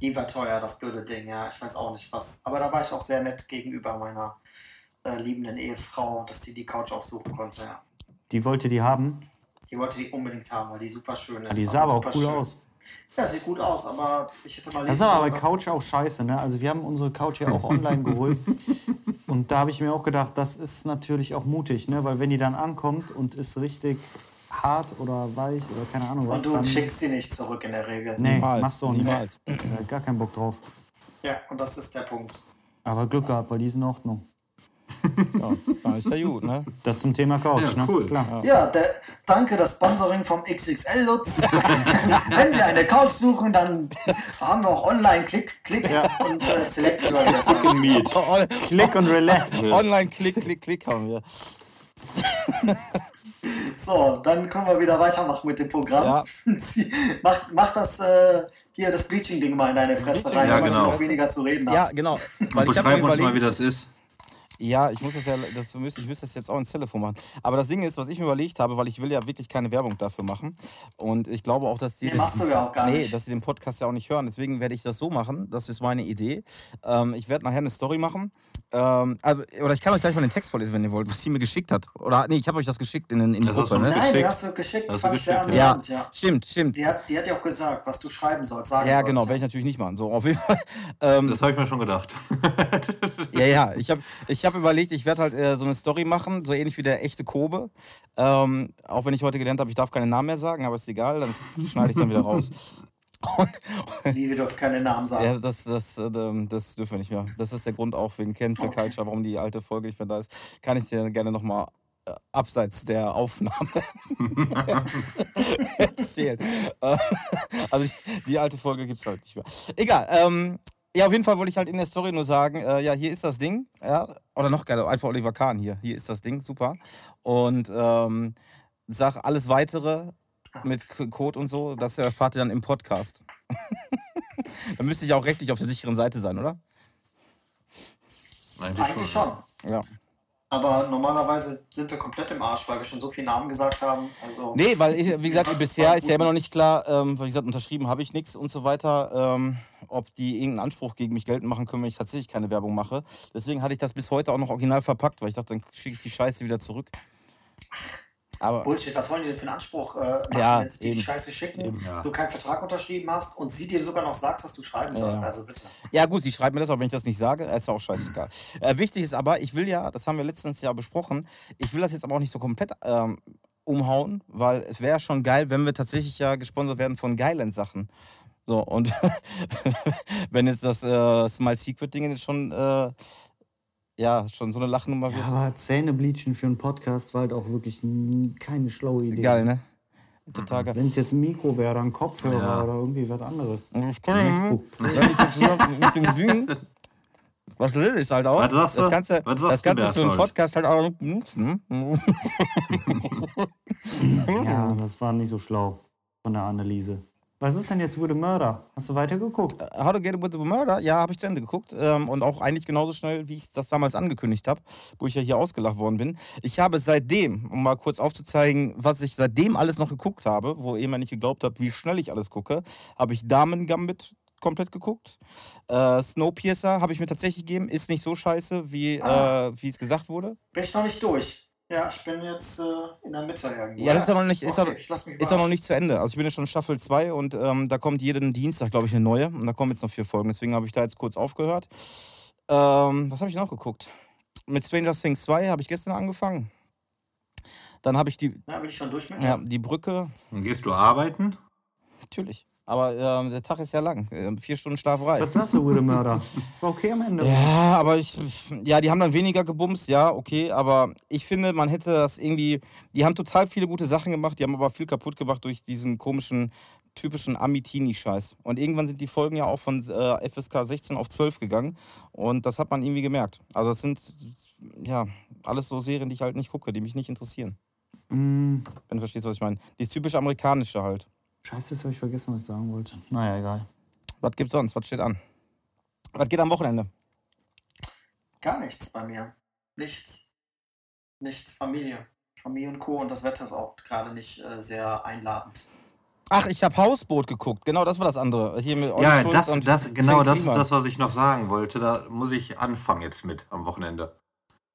Speaker 2: Die war teuer, das blöde Ding, ja. Ich weiß auch nicht was. Aber da war ich auch sehr nett gegenüber meiner äh, liebenden Ehefrau, dass die die Couch aufsuchen konnte, ja.
Speaker 5: Die wollte die haben.
Speaker 2: Die wollte die unbedingt haben, weil die super schön
Speaker 5: Ja,
Speaker 2: ist.
Speaker 5: die sah aber auch
Speaker 2: super
Speaker 5: cool
Speaker 2: schön.
Speaker 5: aus.
Speaker 2: Ja, sieht gut aus, aber ich hätte mal
Speaker 5: Das ist
Speaker 2: lesen
Speaker 5: aber bei
Speaker 2: sollen, was-
Speaker 5: Couch auch scheiße, ne? Also wir haben unsere Couch ja auch online geholt. Und da habe ich mir auch gedacht, das ist natürlich auch mutig, ne? Weil wenn die dann ankommt und ist richtig hart oder weich oder keine Ahnung was,
Speaker 2: Und du
Speaker 5: dann...
Speaker 2: schickst die nicht zurück in der Regel.
Speaker 5: Nee,
Speaker 4: Niemals,
Speaker 5: machst du auch nicht.
Speaker 4: niemals.
Speaker 5: Ich hab gar keinen Bock drauf.
Speaker 2: Ja, und das ist der Punkt.
Speaker 5: Aber Glück gehabt, weil die ist in Ordnung.
Speaker 4: Ja, na, ist ja gut, ne?
Speaker 5: Das zum Thema Couch,
Speaker 3: Ja,
Speaker 5: ne?
Speaker 3: cool.
Speaker 5: Klar.
Speaker 2: Ja, der, danke, das Sponsoring vom XXL Lutz. Wenn Sie eine Couch suchen, dann haben wir auch online Klick, Klick und äh, Select. oder wie das heißt.
Speaker 4: Oh, on,
Speaker 5: Klick und relax.
Speaker 4: online klick, klick, klick haben wir.
Speaker 2: So, dann können wir wieder weitermachen mit dem Programm. Sie- mach, mach das äh, hier das Bleaching-Ding mal in deine Fresse rein,
Speaker 3: Ja,
Speaker 2: damit
Speaker 3: genau.
Speaker 2: du noch weniger zu reden
Speaker 4: Ja,
Speaker 2: hast.
Speaker 4: genau.
Speaker 3: Und
Speaker 4: Weil ich hab mir
Speaker 3: beschreib uns mal,
Speaker 4: überlegt-
Speaker 3: wie das ist.
Speaker 4: Ja, ich muss das ja, das müsste, ich müsste das jetzt auch ins Telefon machen. Aber das Ding ist, was ich mir überlegt habe, weil ich will ja wirklich keine Werbung dafür machen. Und ich glaube auch, dass die.
Speaker 2: Nee, machst du ja auch gar
Speaker 4: nee,
Speaker 2: nicht.
Speaker 4: dass sie den Podcast ja auch nicht hören. Deswegen werde ich das so machen. Das ist meine Idee. Ähm, ich werde nachher eine Story machen. Ähm, aber- oder ich kann euch gleich mal den Text vorlesen, wenn ihr wollt, was sie mir geschickt hat. Oder nee, ich habe euch das geschickt in, den- in die
Speaker 3: Das hast
Speaker 4: Gruppe,
Speaker 3: du uns
Speaker 4: ne?
Speaker 2: Nein, die
Speaker 3: geschickt.
Speaker 2: hast du geschickt,
Speaker 3: Hast du
Speaker 2: fand ich sehr
Speaker 3: geschickt,
Speaker 4: ja.
Speaker 2: amüsant, ja.
Speaker 4: Stimmt, stimmt.
Speaker 2: Die hat, die hat ja also auch gesagt, was du schreiben sollst, sagen
Speaker 4: Ja,
Speaker 2: sollst.
Speaker 4: genau, werde ich natürlich nicht machen. So, auf jeden Fall. Ähm,
Speaker 3: Das habe ich mir schon gedacht.
Speaker 4: Ja, ja, ich habe ich hab überlegt, ich werde halt äh, so eine Story machen, so ähnlich wie der echte Kobe. Ähm, auch wenn ich heute gelernt habe, ich darf keinen Namen mehr sagen, aber ist egal, dann schneide ich dann wieder raus.
Speaker 2: Die, wir dürfen keine Namen sagen.
Speaker 4: Ja, das, das, äh, ähm, das dürfen wir nicht mehr. Das ist der Grund auch wegen Cancel Culture, warum die alte Folge nicht mehr da ist. Kann ich dir gerne nochmal äh, abseits der Aufnahme erzählen. Äh, also die, die alte Folge gibt es halt nicht mehr. Egal. Ähm, ja, auf jeden Fall wollte ich halt in der Story nur sagen, äh, ja, hier ist das Ding. Ja, oder noch geiler, einfach Oliver Kahn hier. Hier ist das Ding, super. Und ähm, sag alles Weitere mit K- Code und so, das erfahrt ihr dann im Podcast. Dann müsste ich auch rechtlich auf der sicheren Seite sein, oder?
Speaker 2: Eigentlich schon.
Speaker 4: Ja.
Speaker 2: Aber normalerweise sind wir komplett im Arsch, weil wir schon so viele Namen gesagt haben. Also
Speaker 4: Nee, weil, ich, wie gesagt,
Speaker 2: sollten
Speaker 4: bisher
Speaker 2: mal
Speaker 4: ist ja immer
Speaker 2: guten-
Speaker 4: noch nicht klar, ähm, weil wie gesagt, unterschrieben habe ich nichts und so weiter, ähm, ob die irgendeinen Anspruch gegen mich geltend machen können, wenn ich tatsächlich keine Werbung mache. Deswegen hatte ich das bis heute auch noch original verpackt, weil ich dachte, dann schicke ich die Scheiße wieder zurück. Aber
Speaker 2: Bullshit, was wollen die denn für einen Anspruch äh, machen,
Speaker 4: Ja,
Speaker 2: wenn sie dir
Speaker 4: eben.
Speaker 2: die Scheiße schicken,
Speaker 3: ja.
Speaker 2: du keinen Vertrag unterschrieben hast und sie dir sogar noch sagt, was du schreiben sollst. Also bitte.
Speaker 4: Ja, gut, sie schreibt mir das, auch wenn ich das nicht sage. Ist ja auch scheißegal. Äh, wichtig ist aber, ich will ja, das haben wir letztens ja besprochen, ich will das jetzt aber auch nicht so komplett ähm, umhauen, weil es wäre schon geil, wenn wir tatsächlich ja gesponsert werden von geilen Sachen. So, und wenn jetzt das äh, Small Secret-Ding jetzt schon, äh, ja, schon so eine Lachnummer
Speaker 5: Ja,
Speaker 4: wird.
Speaker 5: aber Zähne bleachen für einen Podcast war halt auch wirklich n- keine schlaue Idee.
Speaker 4: Geil, ne? Total geil.
Speaker 5: Wenn es jetzt ein Mikro wäre, dann Kopfhörer
Speaker 3: Ja.
Speaker 5: oder irgendwie was anderes.
Speaker 4: Ich kann ja nicht-
Speaker 5: Notebook.
Speaker 4: Ja, ich hab's gesagt, mit dem Ding. Was will ich halt auch?
Speaker 3: Was sagst du?
Speaker 4: Das Ganze,
Speaker 3: Was sagst
Speaker 4: das
Speaker 3: du,
Speaker 4: Ganze für einen
Speaker 3: Berthold?
Speaker 4: Podcast halt auch nicht benutzen. Hm?
Speaker 5: Ja, das war nicht so schlau von der Anneliese. Was ist denn jetzt With a Murder? Hast du weitergeguckt?
Speaker 4: How to Get Away with the Murder, ja, habe ich zu Ende geguckt. Ähm, und auch eigentlich genauso schnell, wie ich das damals angekündigt habe, wo ich ja hier ausgelacht worden bin. Ich habe seitdem, um mal kurz aufzuzeigen, was ich seitdem alles noch geguckt habe, wo ihr immer nicht geglaubt habt, wie schnell ich alles gucke, habe ich Damen Gambit komplett geguckt. Äh, Snowpiercer habe ich mir tatsächlich gegeben, ist nicht so scheiße, wie
Speaker 2: Ah.
Speaker 4: äh, wie es gesagt wurde.
Speaker 2: Bin ich noch nicht durch. Ja, ich bin jetzt äh, in der Mitte irgendwo.
Speaker 4: Ja, das ist aber noch nicht-
Speaker 2: okay,
Speaker 4: ist aber-
Speaker 2: ich lass mich
Speaker 4: Ist auch noch
Speaker 2: überraschen.
Speaker 4: nicht zu Ende. Also ich bin jetzt schon in Staffel 2 und ähm, da kommt jeden Dienstag, glaube ich, eine neue. Und da kommen jetzt noch vier Folgen. Deswegen habe ich da jetzt kurz aufgehört. Ähm, was habe ich noch geguckt? Mit Stranger Things 2 habe ich gestern angefangen. Dann habe ich die,
Speaker 2: Ja, bin ich schon durch mit?
Speaker 4: ja, die Brücke,
Speaker 3: Dann gehst du arbeiten?
Speaker 4: natürlich. Aber ähm, der Tag ist ja lang. Ähm, vier Stunden Schlaferei.
Speaker 5: Was sagst du, With a Murder? War okay am Ende.
Speaker 4: Ja, aber ich, ja, die haben dann weniger gebumst, ja, okay, aber ich finde, man hätte das irgendwie, die haben total viele gute Sachen gemacht, die haben aber viel kaputt gemacht durch diesen komischen, typischen Amitini-Scheiß. Und irgendwann sind die Folgen ja auch von äh, FSK 16 auf 12 gegangen und das hat man irgendwie gemerkt. Also es sind, ja, alles so Serien, die ich halt nicht gucke, die mich nicht interessieren.
Speaker 5: Mm,
Speaker 4: Wenn du verstehst, was ich meine. Die ist typisch amerikanische halt.
Speaker 5: scheiße, jetzt habe ich vergessen, was ich sagen wollte.
Speaker 4: Naja, egal. Was gibt's sonst? Was steht an? Was geht am Wochenende?
Speaker 2: Gar nichts bei mir. Nichts. Nichts. Familie. Familie und Co. Und das Wetter ist auch gerade nicht äh, sehr einladend.
Speaker 4: Ach, ich habe Hausboot geguckt. Genau, das war das andere. Hier mit Olli
Speaker 3: Ja,
Speaker 4: Schulz
Speaker 3: das,
Speaker 4: und
Speaker 3: das, genau
Speaker 4: Finn
Speaker 3: das ist
Speaker 4: Kliman.
Speaker 3: das, was ich noch sagen wollte. Da muss ich anfangen jetzt mit am Wochenende.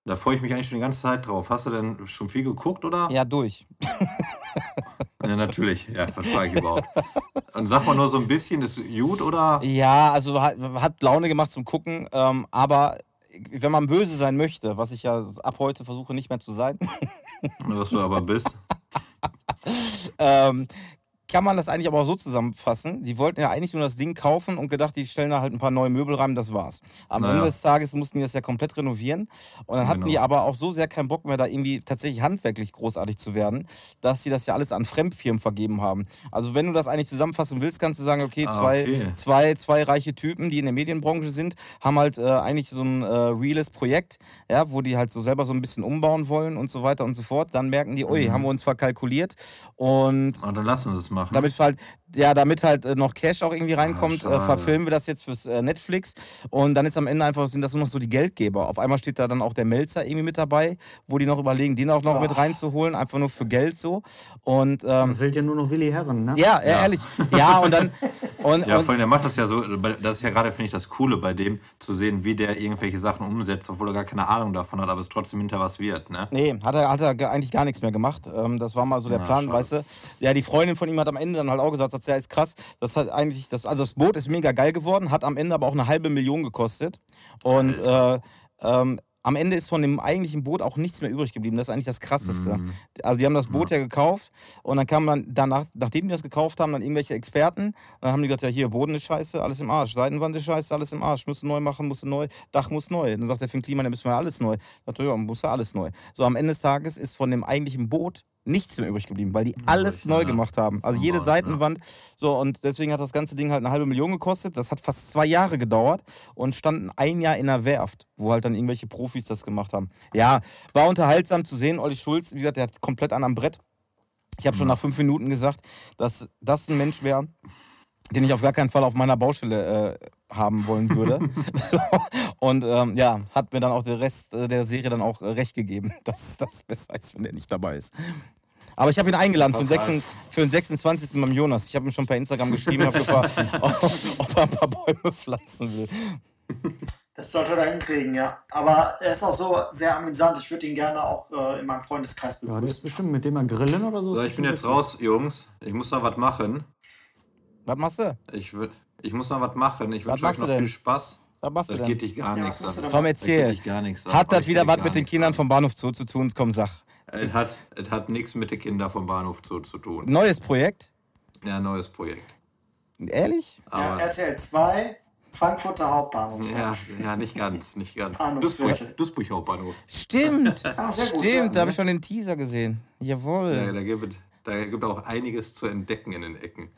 Speaker 3: Da freue ich mich eigentlich schon die ganze Zeit drauf. Hast du denn schon viel geguckt oder?
Speaker 4: Ja, durch.
Speaker 3: Ja, natürlich. Ja, was frage ich überhaupt? Und sag mal nur so ein bisschen, ist gut oder?
Speaker 4: Ja, also hat, hat Laune gemacht zum Gucken, ähm, aber wenn man böse sein möchte, was ich ja ab heute versuche nicht mehr zu sein,
Speaker 3: Was du aber bist.
Speaker 4: ähm, kann man das eigentlich aber auch so zusammenfassen. Die wollten ja eigentlich nur das Ding kaufen und gedacht, die stellen da halt ein paar neue Möbel rein, das war's. Am
Speaker 3: Naja.
Speaker 4: Ende des Tages mussten die das ja komplett renovieren und dann hatten
Speaker 3: Genau.
Speaker 4: die aber auch so sehr keinen Bock mehr, da irgendwie tatsächlich handwerklich großartig zu werden, dass sie das ja alles an Fremdfirmen vergeben haben. Also wenn du das eigentlich zusammenfassen willst, kannst du sagen, okay,
Speaker 3: Ah,
Speaker 4: zwei,
Speaker 3: okay.
Speaker 4: zwei, zwei reiche Typen, die in der Medienbranche sind, haben halt äh, eigentlich so ein äh, reales Projekt, ja, wo die halt so selber so ein bisschen umbauen wollen und so weiter und so fort. Dann merken die, ui,
Speaker 3: Mhm.
Speaker 4: haben wir uns verkalkuliert und
Speaker 3: Und dann lassen sie es machen.
Speaker 4: damit wir halt, ja, damit halt äh, noch Cash auch irgendwie reinkommt, äh,
Speaker 3: Ah, schade.
Speaker 4: verfilmen wir das jetzt fürs äh, Netflix und dann ist am Ende einfach, sind das nur noch so die Geldgeber. Auf einmal steht da dann auch der Melzer irgendwie mit dabei, wo die noch überlegen, den auch noch mit
Speaker 2: Boah.
Speaker 4: reinzuholen, einfach nur für Geld so. Und ähm,
Speaker 5: Dann fehlt ja nur noch Willi Herren, ne?
Speaker 4: ja,
Speaker 3: Ja.
Speaker 4: ja, ehrlich. Ja, und dann. Und,
Speaker 3: Ja,
Speaker 4: und,
Speaker 3: vor allem, der macht das ja so, das ist ja gerade, finde ich, das Coole bei dem, zu sehen, wie der irgendwelche Sachen umsetzt, obwohl er gar keine Ahnung davon hat, aber es trotzdem hinter was wird, ne?
Speaker 4: Nee, hat er, hat er ge- eigentlich gar nichts mehr gemacht. Ähm, das war mal so der
Speaker 3: Na,
Speaker 4: Plan,
Speaker 3: schade.
Speaker 4: weißt du. Ja, die Freundin von ihm hat am Ende dann halt auch gesagt, das ja, ist krass. Das hat eigentlich, das, also das Boot ist mega geil geworden, hat am Ende aber auch eine halbe Million gekostet. Und äh, ähm, am Ende ist von dem eigentlichen Boot auch nichts mehr übrig geblieben. Das ist eigentlich das
Speaker 3: Mhm.
Speaker 4: Krasseste. Also die haben das Boot ja, gekauft und dann kam dann danach, nachdem die das gekauft haben, dann irgendwelche Experten, dann haben die gesagt, ja hier, Boden ist scheiße, alles im Arsch, Seitenwand ist scheiße, alles im Arsch, musst du neu machen, musst du neu, Dach muss neu. Dann sagt der Finn Kliman, dann müssen wir alles neu. Sagt er, ja, muss ja alles neu. So am Ende des Tages ist von dem eigentlichen Boot nichts mehr übrig geblieben, weil die alles
Speaker 3: richtig,
Speaker 4: neu
Speaker 3: ja.
Speaker 4: gemacht haben. Also
Speaker 3: Oh
Speaker 4: jede
Speaker 3: Mann, ja.
Speaker 4: Seitenwand. So und deswegen hat das ganze Ding halt eine halbe Million gekostet. Das hat fast zwei Jahre gedauert und standen ein Jahr in der Werft, wo halt dann irgendwelche Profis das gemacht haben. Ja, war unterhaltsam zu sehen. Olli Schulz, wie gesagt, der hat komplett an am Brett. Ich habe schon nach fünf Minuten gesagt, dass das ein Mensch wäre, den ich auf gar keinen Fall auf meiner Baustelle äh, haben wollen würde. so. Und ähm, ja, hat mir dann auch der Rest äh, der Serie dann auch äh, recht gegeben, dass das besser ist, wenn der nicht dabei ist. Aber ich habe ihn eingeladen für den,
Speaker 3: Pass
Speaker 4: 26, für den 26. beim Jonas. Ich habe ihm schon per Instagram geschrieben, hab gefragt, ob, ob er ein paar Bäume pflanzen will.
Speaker 2: Das sollte er da hinkriegen, ja. Aber er ist auch so sehr amüsant. Ich würde ihn gerne auch äh, in meinem Freundeskreis
Speaker 5: Ja, der ist
Speaker 2: begrüßen.
Speaker 5: bestimmt mit dem mal grillen oder so.
Speaker 3: So,
Speaker 5: ist
Speaker 3: ich bin
Speaker 5: bestimmt
Speaker 3: jetzt raus, Jungs. Ich muss noch was machen.
Speaker 4: Was machst du?
Speaker 3: Ich, würd, ich muss noch was machen. Ich
Speaker 4: Was
Speaker 3: wünsche euch
Speaker 4: machst du
Speaker 3: noch viel
Speaker 4: denn?
Speaker 3: Spaß.
Speaker 4: Was machst du
Speaker 3: Das
Speaker 4: denn?
Speaker 3: geht dich gar
Speaker 2: Ja,
Speaker 3: nichts
Speaker 2: was machst du
Speaker 3: an.
Speaker 2: denn?
Speaker 4: Komm,
Speaker 3: Das geht
Speaker 4: erzähl.
Speaker 3: dich gar nichts an.
Speaker 4: Hat
Speaker 3: Euch
Speaker 4: das
Speaker 3: geht
Speaker 4: wieder
Speaker 3: dich
Speaker 4: was
Speaker 3: gar
Speaker 4: mit den
Speaker 3: nichts
Speaker 4: Kindern
Speaker 3: an.
Speaker 4: vom Bahnhof Zoo zu tun? Komm, sag.
Speaker 3: Es hat, es hat nichts mit den Kindern vom Bahnhof Zoo zu tun.
Speaker 4: Neues Projekt?
Speaker 3: Ja, neues Projekt.
Speaker 4: Ehrlich?
Speaker 2: Ja,
Speaker 3: Aber, ja,
Speaker 2: RTL 2, Frankfurter Hauptbahnhof.
Speaker 3: ja, nicht ganz, nicht ganz.
Speaker 2: Bahnhof,
Speaker 3: Duisburg,
Speaker 2: wirklich.
Speaker 3: Duisburg Hauptbahnhof.
Speaker 4: Stimmt.
Speaker 2: Ah, sehr gut. ja.
Speaker 4: Stimmt, da habe ich schon den Teaser gesehen.
Speaker 3: Ja,
Speaker 4: Jawohl.
Speaker 3: da gibt, da gibt auch einiges zu entdecken in den Ecken.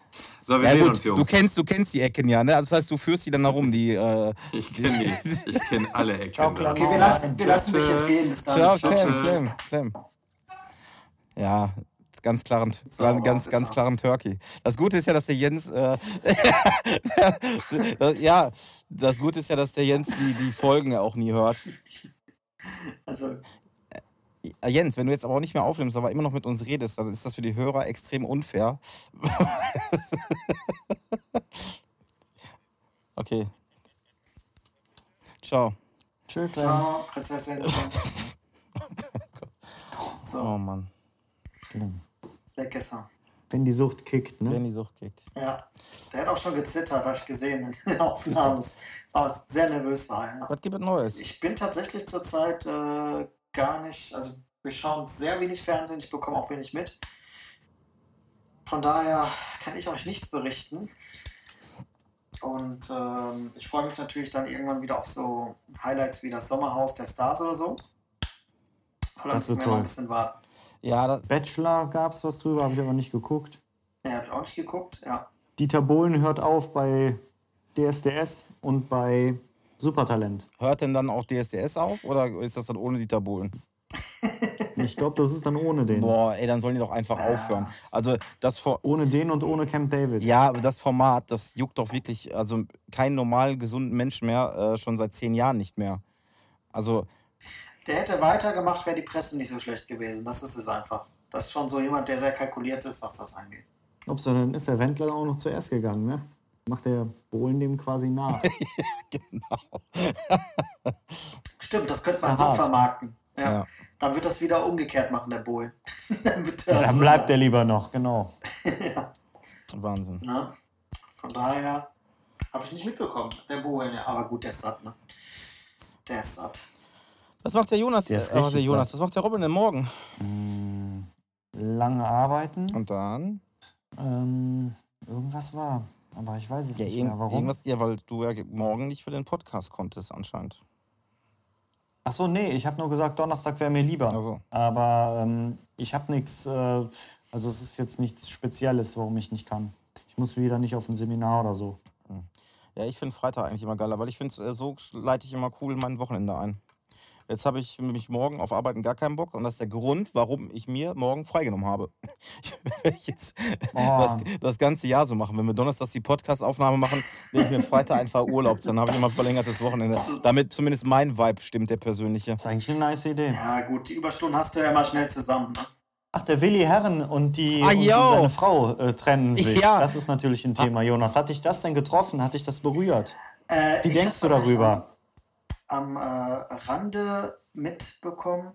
Speaker 3: So, wir
Speaker 4: Ja,
Speaker 3: sehen
Speaker 4: gut,
Speaker 3: uns,
Speaker 4: du
Speaker 3: Jungs.
Speaker 4: kennst, du kennst die Ecken ja, ne? Also das heißt, du führst die dann herum, die. Äh,
Speaker 3: Ich kenne die. Ich kenne alle Ecken.
Speaker 5: Ciao,
Speaker 3: da.
Speaker 5: Clown.
Speaker 2: Okay, wir lassen, wir lassen dich jetzt gehen. Bis dann.
Speaker 4: ciao,
Speaker 2: Ciao.
Speaker 4: Clem,
Speaker 3: tschüss.
Speaker 4: Clem, Clem. Ja, ganz klaren,
Speaker 2: So,
Speaker 4: ganz,
Speaker 2: was
Speaker 4: ganz,
Speaker 2: ist
Speaker 4: ganz
Speaker 2: da?
Speaker 4: klaren Turkey. Das Gute ist ja, dass der Jens, äh, das, ja, das Gute ist ja, dass der Jens die, die Folgen ja auch nie hört.
Speaker 2: Also,
Speaker 4: Äh, Jens, wenn du jetzt aber auch nicht mehr aufnimmst, aber immer noch mit uns redest, dann ist das für die Hörer extrem unfair. okay. Ciao.
Speaker 5: Tschö, Clem.
Speaker 2: ciao, Prinzessin.
Speaker 4: Oh
Speaker 5: Oh.
Speaker 2: so,
Speaker 4: Mann,
Speaker 2: weg ist er.
Speaker 5: Wenn die Sucht kickt, ne?
Speaker 4: wenn die Sucht kickt.
Speaker 2: Ja, der hat auch schon gezittert, habe ich gesehen in den Aufnahmen. Das war sehr nervös war. Ja.
Speaker 4: Was gibt es Neues?
Speaker 2: Ich bin tatsächlich zurzeit äh, gar nicht, also wir schauen sehr wenig Fernsehen, ich bekomme auch wenig mit. Von daher kann ich euch nichts berichten. Und ähm, ich freue mich natürlich dann irgendwann wieder auf so Highlights wie das Sommerhaus der Stars oder so. Aber da
Speaker 5: Das
Speaker 2: müssen
Speaker 5: wird
Speaker 2: wir noch
Speaker 5: toll.
Speaker 2: ein bisschen warten.
Speaker 4: Ja, da,
Speaker 5: Bachelor gab's was drüber, habe ich aber nicht geguckt.
Speaker 2: Ne, habe ich auch nicht geguckt. Ja,
Speaker 5: Dieter Bohlen hört auf bei DSDS und bei Supertalent.
Speaker 4: hört denn dann auch DSDS auf oder ist das dann ohne Dieter Bohlen?
Speaker 5: Ich glaube, das ist dann ohne den.
Speaker 4: Boah, ey, dann sollen die doch einfach aufhören. Also das vor,
Speaker 5: Ohne den und ohne Camp David.
Speaker 4: Ja, aber das Format, das juckt doch wirklich, also keinen normal gesunden Menschen mehr, äh, schon seit zehn Jahren nicht mehr. Also,
Speaker 2: Der hätte weitergemacht, wäre die Presse nicht so schlecht gewesen. Das ist es einfach. Das ist schon so jemand, der sehr kalkuliert ist, was das angeht.
Speaker 5: Ups, dann ist der Wendler auch noch zuerst gegangen, ne? Macht der Bohlen dem quasi nach.
Speaker 2: Stimmt, das könnte man
Speaker 5: ja
Speaker 2: so
Speaker 5: hart.
Speaker 2: vermarkten. Ja.
Speaker 4: Ja.
Speaker 2: Dann wird das wieder umgekehrt machen, der Bohlen. dann wird
Speaker 5: Ja,
Speaker 2: der
Speaker 5: dann bleibt er lieber noch, genau.
Speaker 4: Wahnsinn.
Speaker 2: Ne? Von daher habe ich nicht mitbekommen, der Bohlen. Ja. Aber gut, der ist satt, ne? Der ist satt.
Speaker 4: Was macht der Jonas?
Speaker 5: Der ist
Speaker 4: äh, was macht der
Speaker 5: richtig
Speaker 4: Jonas? Was macht der Robin denn morgen?
Speaker 5: Lange arbeiten.
Speaker 4: Und dann?
Speaker 5: Ähm, irgendwas war. Aber ich weiß es
Speaker 4: Ja,
Speaker 5: nicht
Speaker 4: irgend-
Speaker 5: mehr. Warum?
Speaker 4: irgendwas, ja, weil du ja ge- morgen nicht für den Podcast konntest, anscheinend.
Speaker 5: Ach so, nee, ich habe nur gesagt, Donnerstag wäre mir lieber.
Speaker 4: Also.
Speaker 5: Aber ähm, ich habe nichts, äh, also es ist jetzt nichts Spezielles, warum ich nicht kann. Ich muss wieder nicht auf ein Seminar oder so.
Speaker 4: Ja, ich finde Freitag eigentlich immer geiler, weil ich finde, so leite ich immer cool mein Wochenende ein. Jetzt habe ich nämlich morgen auf Arbeiten gar keinen Bock und das ist der Grund, warum ich mir morgen freigenommen habe. wenn ich jetzt das, das ganze Jahr so machen, wenn wir Donnerstag die Podcast-Aufnahme machen, nehme ich mir Freitag einfach Urlaub, dann habe ich immer verlängertes Wochenende. Damit zumindest mein Vibe stimmt, der persönliche.
Speaker 5: Das ist eigentlich eine nice Idee.
Speaker 2: Ja, gut, die Überstunden hast du ja immer schnell zusammen. Ne?
Speaker 5: Ach, der Willi Herren und, die,
Speaker 4: Ah,
Speaker 5: und die
Speaker 4: yo.
Speaker 5: seine Frau äh, trennen sich.
Speaker 4: Ja. Ah.
Speaker 5: Das ist natürlich ein Thema, Jonas. Hat dich das denn getroffen? Hat dich das berührt?
Speaker 2: Äh,
Speaker 5: Wie
Speaker 2: ich
Speaker 5: denkst du
Speaker 2: hab tatsächlich
Speaker 5: darüber?
Speaker 2: Am, am äh, Rande mitbekommen.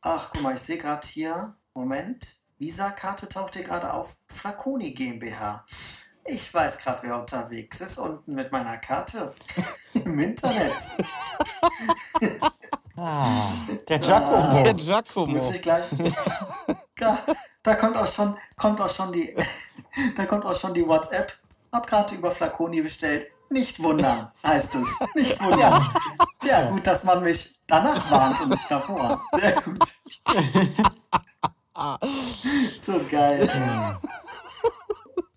Speaker 2: Ach, guck mal, ich sehe gerade hier. Moment. Visa-Karte taucht hier gerade auf. Flaconi GmbH. Ich weiß gerade, wer unterwegs ist. Unten mit meiner Karte. Im Internet.
Speaker 5: Ah, der Giacomo.
Speaker 4: Der
Speaker 2: Muss
Speaker 4: Giacomo.
Speaker 2: ich gleich. da, da kommt auch schon, kommt auch schon die, da kommt auch schon die WhatsApp. Hab gerade über Flaconi bestellt. Nicht wundern, heißt es. Nicht wundern. Ja, gut, dass man mich danach warnt und nicht davor. Sehr gut. So geil.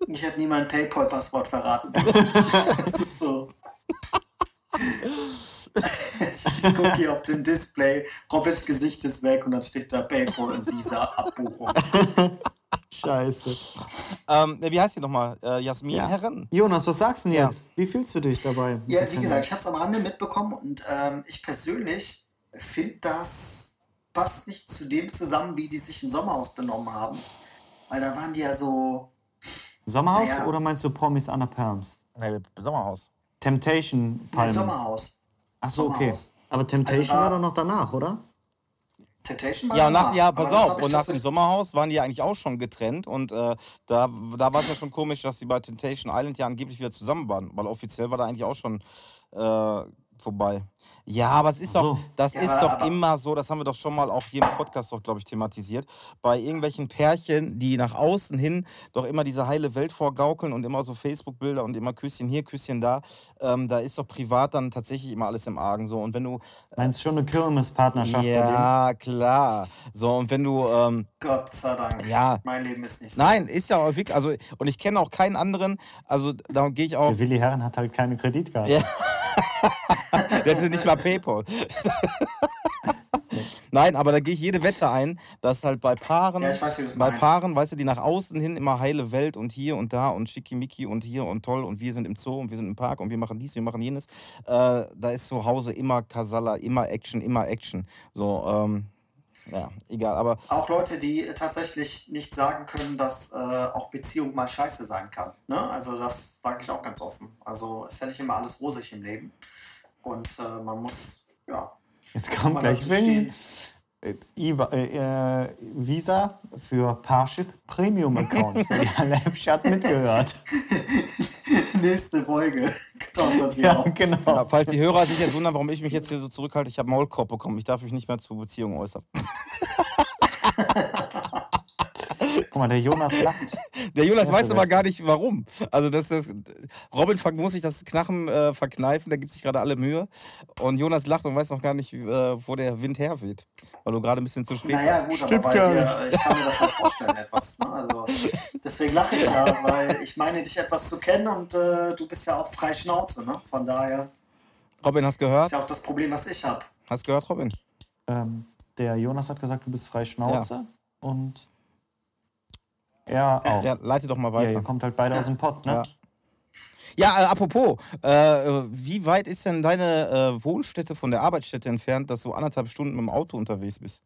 Speaker 2: Ich hätte nie mein PayPal-Passwort verraten. Das ist so. Ich gucke hier auf dem Display, Robins Gesicht ist weg und dann steht da PayPal und Visa-Abbuchung.
Speaker 5: Scheiße.
Speaker 4: Ähm, ne, wie heißt die nochmal? Äh, Jasmin
Speaker 5: Ja.
Speaker 4: Herren.
Speaker 5: Jonas, was sagst du denn jetzt? Wie fühlst du dich dabei?
Speaker 2: Ja, wie gesagt, ich habe es am Rande mitbekommen und ähm, ich persönlich finde, das passt nicht zu dem zusammen, wie die sich im Sommerhaus benommen haben. Weil da waren die ja so,
Speaker 5: Sommerhaus
Speaker 2: Ja.
Speaker 5: oder meinst du Promis Anna Perms?
Speaker 4: Ne, Sommerhaus.
Speaker 5: Temptation
Speaker 2: nee,
Speaker 5: Palmen.
Speaker 2: Sommerhaus.
Speaker 5: Ach so, okay.
Speaker 2: Sommerhaus.
Speaker 5: Aber Temptation
Speaker 2: Also da-
Speaker 5: war doch noch danach, oder?
Speaker 2: Temptation war
Speaker 4: Ja, und
Speaker 2: da,
Speaker 4: nach, ja
Speaker 2: aber
Speaker 4: pass
Speaker 2: das
Speaker 4: auf.
Speaker 2: hab ich
Speaker 4: Und nach dem
Speaker 2: tatsächlich-
Speaker 4: Sommerhaus waren die ja eigentlich auch schon getrennt. Und äh, da, da war es ja schon komisch, dass die bei Temptation Island ja angeblich wieder zusammen waren. Weil offiziell war da eigentlich auch schon äh, vorbei. Ja, aber es ist
Speaker 5: Ach
Speaker 4: doch,
Speaker 5: so.
Speaker 4: das
Speaker 2: Ja,
Speaker 4: ist
Speaker 2: aber-
Speaker 4: doch
Speaker 2: aber-
Speaker 4: immer so, das haben wir doch schon mal auch hier im Podcast doch, glaube ich, thematisiert. Bei irgendwelchen Pärchen, die nach außen hin doch immer diese heile Welt vorgaukeln und immer so Facebook-Bilder und immer Küsschen hier, Küsschen da, ähm, da ist doch privat dann tatsächlich immer alles im Argen so. Und wenn du.
Speaker 5: Meinst du schon eine Kirmespartnerschaft bei
Speaker 4: ja, klar. So, und wenn du. Ähm,
Speaker 2: Gott sei Dank.
Speaker 4: Ja.
Speaker 2: Mein Leben ist nicht so.
Speaker 4: Nein, ist ja auch wirklich, also und ich kenne auch keinen anderen, also da gehe ich
Speaker 5: dem?
Speaker 4: auch,
Speaker 5: Der Willi Herren hat halt keine Kreditkarte.
Speaker 4: Ja. der hat nicht mal Paypal. Nein, aber da gehe ich jede Wette ein, dass halt bei Paaren,
Speaker 2: Ja, ich weiß, wie du es
Speaker 4: bei
Speaker 2: meinst.
Speaker 4: Paaren, weißt du, die nach außen hin immer heile Welt und hier und da und schickimicki und hier und toll und wir sind im Zoo und wir sind im Park und wir machen dies, wir machen jenes, äh, da ist zu Hause immer Kasala, immer Action, immer Action. So, ähm, ja, egal, aber
Speaker 2: Auch Leute, die äh, tatsächlich nicht sagen können, dass äh, auch Beziehung mal scheiße sein kann. Ne? Also das sage ich auch ganz offen. Also es ist ja nicht immer alles rosig im Leben. Und äh, man muss, ja,
Speaker 5: Jetzt kommt
Speaker 2: man
Speaker 5: gleich
Speaker 2: dazu
Speaker 5: Willi.
Speaker 2: stehen.
Speaker 5: Iva, äh, äh, Visa für Parship Premium Account. ja, Läppsch hat mitgehört.
Speaker 2: Nächste Folge taucht das hier
Speaker 5: ja,
Speaker 2: auf.
Speaker 5: genau.
Speaker 4: Ja, falls die Hörer sich jetzt wundern, warum ich mich jetzt hier so zurückhalte, ich habe Maulkorb bekommen. Ich darf mich nicht mehr zu Beziehungen äußern.
Speaker 5: Guck mal, der Jonas lacht.
Speaker 4: Der Jonas
Speaker 5: Ja,
Speaker 4: weiß aber
Speaker 5: Silvester.
Speaker 4: gar nicht, warum. Also das, das Robin ver- muss sich das Knachen äh, verkneifen, da gibt sich gerade alle Mühe. Und Jonas lacht und weiß noch gar nicht, wie, äh, wo der Wind herweht. Weil du gerade ein bisschen zu spät
Speaker 2: Naja, gut,
Speaker 5: Stimmt
Speaker 2: aber bei
Speaker 5: gar
Speaker 2: dir, äh, ich kann mir das halt vorstellen etwas. Ne? Also, deswegen lache ich ja, weil ich meine, dich etwas zu kennen und äh, du bist ja auch frei Schnauze. Ne? Von daher
Speaker 4: Robin, hast
Speaker 2: ist
Speaker 4: gehört?
Speaker 2: ja auch das Problem, was ich habe.
Speaker 4: Hast gehört, Robin?
Speaker 5: Ähm, der Jonas hat gesagt, du bist frei Schnauze. Und er auch.
Speaker 4: Ja, leite doch mal
Speaker 5: Ja, ihr
Speaker 4: weiter.
Speaker 5: kommt halt beide aus dem Pott, ne?
Speaker 4: Ja. Ja, äh, apropos, äh, äh, wie weit ist denn deine äh, Wohnstätte von der Arbeitsstätte entfernt, dass du anderthalb Stunden mit dem Auto unterwegs bist?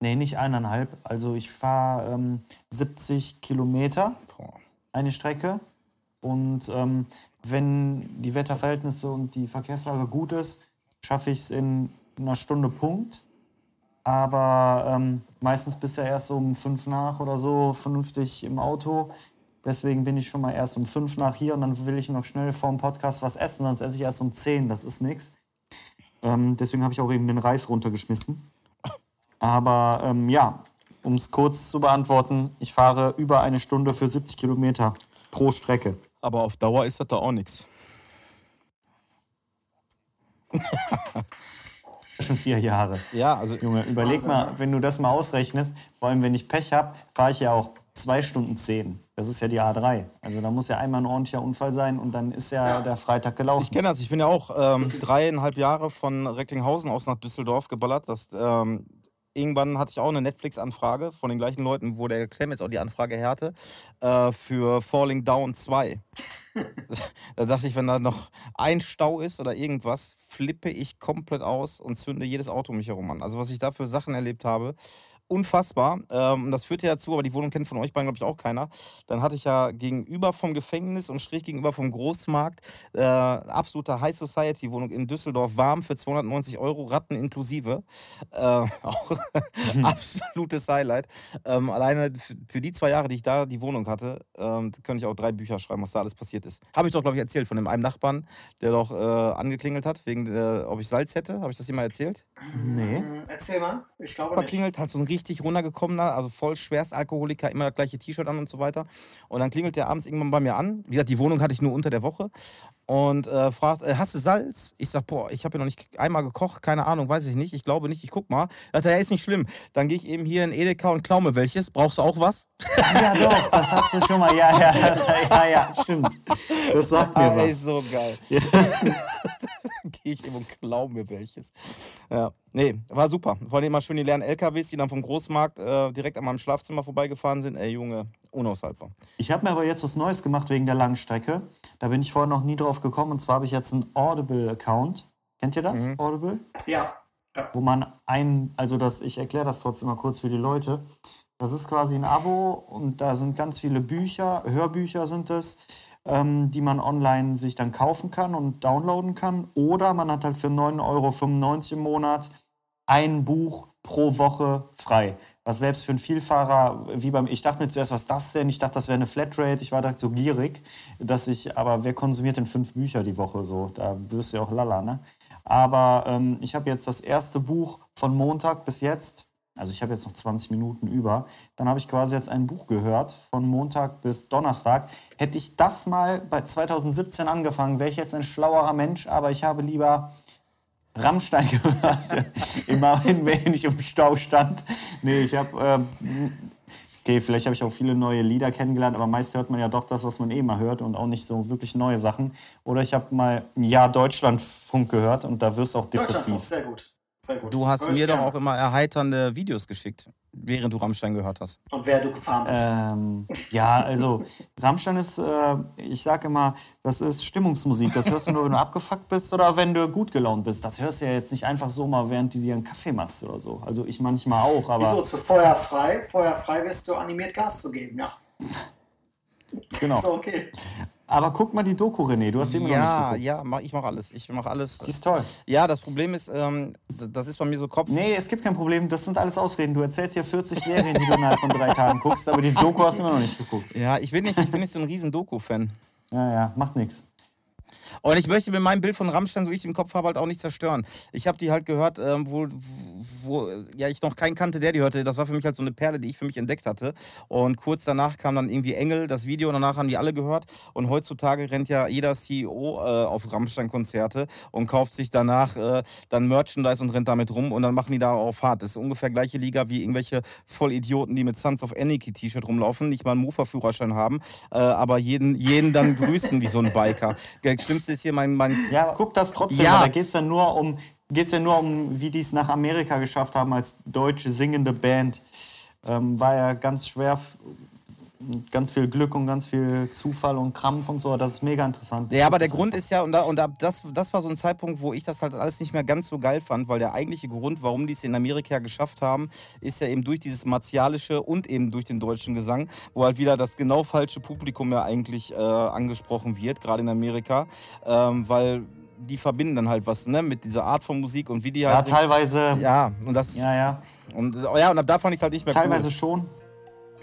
Speaker 5: Nee, nicht eineinhalb. Also ich fahre ähm, 70 Kilometer
Speaker 4: Boah.
Speaker 5: eine Strecke. Und ähm, wenn die Wetterverhältnisse und die Verkehrslage gut ist, schaffe ich es in einer Stunde Punkt. Aber ähm, meistens bist du ja erst so um fünf nach oder so vernünftig im Auto. Deswegen bin ich schon mal erst um fünf nach hier und dann will ich noch schnell vorm Podcast was essen, sonst esse ich erst um zehn. Das ist nichts. Ähm, deswegen habe ich auch eben den Reis runtergeschmissen. Aber ähm, ja, um es kurz zu beantworten, ich fahre über eine Stunde für 70 Kilometer pro Strecke.
Speaker 4: Aber auf Dauer ist das da auch nichts.
Speaker 5: Schon vier Jahre.
Speaker 4: Ja, also
Speaker 5: Junge, überleg mal, wenn du das mal ausrechnest, vor allem wenn ich Pech habe, fahre ich ja auch zwei Stunden zehn. Das ist ja die A3. Also da muss ja einmal ein ordentlicher Unfall sein und dann ist ja, der Freitag
Speaker 4: Ich
Speaker 5: gelaufen.
Speaker 4: kenne das. Ich bin ja auch ähm, dreieinhalb Jahre von Recklinghausen aus nach Düsseldorf geballert. Das, ähm, irgendwann hatte ich auch eine Netflix-Anfrage von den gleichen Leuten, wo der Clem jetzt auch die Anfrage härte, äh, für Falling Down 2. da dachte ich, wenn da noch ein Stau ist oder irgendwas, flippe ich komplett aus und zünde jedes Auto um mich herum an. Also was ich da für Sachen erlebt habe, unfassbar. Ähm, das führte ja dazu, aber die Wohnung kennt von euch beiden, glaube ich, auch keiner. Dann hatte ich ja gegenüber vom Gefängnis und schräg gegenüber vom Großmarkt äh, absolute High Society Wohnung in Düsseldorf, warm für 290 Euro, Ratten inklusive. Äh, auch absolutes Highlight. Ähm, alleine f- für die zwei Jahre, die ich da die Wohnung hatte, ähm, könnte ich auch drei Bücher schreiben, was da alles passiert ist. Habe ich doch, glaube ich, erzählt von dem einen Nachbarn, der doch äh, angeklingelt hat, wegen, äh, ob ich Salz hätte. Habe ich das jemand erzählt?
Speaker 5: Nee.
Speaker 2: Hm, Erzähl mal, ich glaube
Speaker 4: Nachbar
Speaker 2: nicht.
Speaker 4: klingelt, hat so ein richtig runtergekommener, also voll Schwerstalkoholiker, immer das gleiche T-Shirt an und so weiter. Und dann klingelt der abends irgendwann bei mir an. Wie gesagt, die Wohnung hatte ich nur unter der Woche. Und äh, fragt, äh, hast du Salz? Ich sag, boah, ich habe ja noch nicht einmal gekocht, keine Ahnung, weiß ich nicht. Ich glaube nicht, ich guck mal. Sagt er, ja, ist nicht schlimm. Dann gehe ich eben hier in Edeka und klau mir welches. Brauchst du auch was?
Speaker 5: Ja, doch, das hast du schon mal. Ja, ja, ja, ja, stimmt. Das sagt mir
Speaker 4: Ah, ey,
Speaker 5: was.
Speaker 4: so geil. Dann gehe ich eben und klau mir welches. Ja, nee, war super. Vor allem immer schön die leeren LKWs, die dann vom Großmarkt äh, direkt an meinem Schlafzimmer vorbeigefahren sind. Ey, Junge, unaushaltbar.
Speaker 5: Ich habe mir aber jetzt was Neues gemacht wegen der langen Strecke. Da bin ich vorher noch nie drauf gekommen. Und zwar habe ich jetzt einen Audible-Account. Kennt ihr das? Audible?
Speaker 2: Ja,
Speaker 5: wo man ein, also das, ich erkläre das trotzdem mal kurz für die Leute. Das ist quasi ein Abo und da sind ganz viele Bücher, Hörbücher sind es, ähm, die man online sich dann kaufen kann und downloaden kann. Oder man hat halt für 9,95 Euro im Monat ein Buch pro Woche frei. Was selbst für einen Vielfahrer, wie beim, ich dachte mir zuerst, was ist das denn? Ich dachte, das wäre eine Flatrate. Ich war direkt so gierig, dass ich, aber wer konsumiert denn fünf Bücher die Woche so? Da wirst du ja auch lala, ne? Aber ähm, ich habe jetzt das erste Buch von Montag bis jetzt. Also ich habe jetzt noch 20 Minuten über. Dann habe ich quasi jetzt ein Buch gehört von Montag bis Donnerstag. Hätte ich das mal bei 2017 angefangen, wäre ich jetzt ein schlauerer Mensch, aber ich habe lieber Rammstein gehört. Immerhin, wenn ich im Stau stand. Nee, ich habe. Ähm, okay, vielleicht habe ich auch viele neue Lieder kennengelernt, aber meist hört man ja doch das, was man eh mal hört und auch nicht so wirklich neue Sachen. Oder ich habe mal ein Jahr Deutschlandfunk gehört und da wirst du auch
Speaker 2: Deutschlandfunk,
Speaker 5: depressiv.
Speaker 2: sehr gut. Sehr gut.
Speaker 4: Du hast
Speaker 2: Hör ich
Speaker 4: mir doch
Speaker 2: gerne.
Speaker 4: auch immer erheiternde Videos geschickt, während du Rammstein gehört hast.
Speaker 2: Und wer du gefahren bist.
Speaker 4: Äh,
Speaker 5: Ähm, ja, also Rammstein ist, äh, ich sage immer, das ist Stimmungsmusik. Das hörst du nur, wenn du abgefuckt bist oder wenn du gut gelaunt bist. Das hörst du ja jetzt nicht einfach so mal, während du dir einen Kaffee machst oder so. Also ich manchmal auch, aber
Speaker 2: Wieso? Zu Feuer frei? Feuer frei wirst du animiert, Gas zu geben, ja.
Speaker 5: genau.
Speaker 2: Ist doch okay.
Speaker 5: Aber guck mal die Doku, René. Du hast die immer noch
Speaker 4: Ja,
Speaker 5: nicht geguckt.
Speaker 4: ja, mach, ich mache alles. Ich mache alles.
Speaker 5: Die ist toll.
Speaker 4: Ja, das Problem ist, ähm, d- das ist bei mir so Kopf.
Speaker 5: Nee, es gibt kein Problem. Das sind alles Ausreden. Du erzählst hier 40 Serien, die du innerhalb von drei Tagen guckst, aber die Doku hast du immer noch nicht geguckt.
Speaker 4: Ja, ich bin nicht, ich bin nicht so ein riesen Doku-Fan.
Speaker 5: Ja, ja, macht nichts.
Speaker 4: Und ich möchte mit meinem Bild von Rammstein, so wie ich den im Kopf habe, halt auch nicht zerstören. Ich habe die halt gehört, ähm, wo, wo ja, ich noch keinen kannte, der die hörte. Das war für mich halt so eine Perle, die ich für mich entdeckt hatte. Und kurz danach kam dann irgendwie Engel, das Video, und danach haben die alle gehört. Und heutzutage rennt ja jeder CEO äh, auf Rammstein-Konzerte und kauft sich danach äh, dann Merchandise und rennt damit rum und dann machen die da auf hart. Das ist ungefähr gleiche Liga wie irgendwelche Vollidioten, die mit Sons of Anarchy T-Shirt rumlaufen, nicht mal einen Mofa-Führerschein haben, äh, aber jeden, jeden dann grüßen wie so ein Biker. Das Schlimmste ist hier mein, mein
Speaker 5: Ja, guck das
Speaker 4: Ja.
Speaker 5: trotzdem. Ja. Da geht es dann nur um geht es ja nur um, wie die es nach Amerika geschafft haben als deutsche singende Band. Ähm, war ja ganz schwer, f- ganz viel Glück und ganz viel Zufall und Krampf und so. Das ist mega interessant.
Speaker 4: Ja, aber der
Speaker 5: Das
Speaker 4: Grund ist ja, und, da, und da, das, das war so ein Zeitpunkt, wo ich das halt alles nicht mehr ganz so geil fand, weil der eigentliche Grund, warum die es in Amerika geschafft haben, ist ja eben durch dieses martialische und eben durch den deutschen Gesang, wo halt wieder das genau falsche Publikum ja eigentlich äh, angesprochen wird, gerade in Amerika, ähm, weil die verbinden dann halt was ne, mit dieser Art von Musik und wie die
Speaker 5: Ja,
Speaker 4: halt. singen.
Speaker 5: teilweise. Ja,
Speaker 4: ja, und das.
Speaker 5: ja.
Speaker 4: Und, äh, ja, und ab da fand ich es halt nicht mehr
Speaker 5: Teilweise
Speaker 4: cool.
Speaker 5: schon.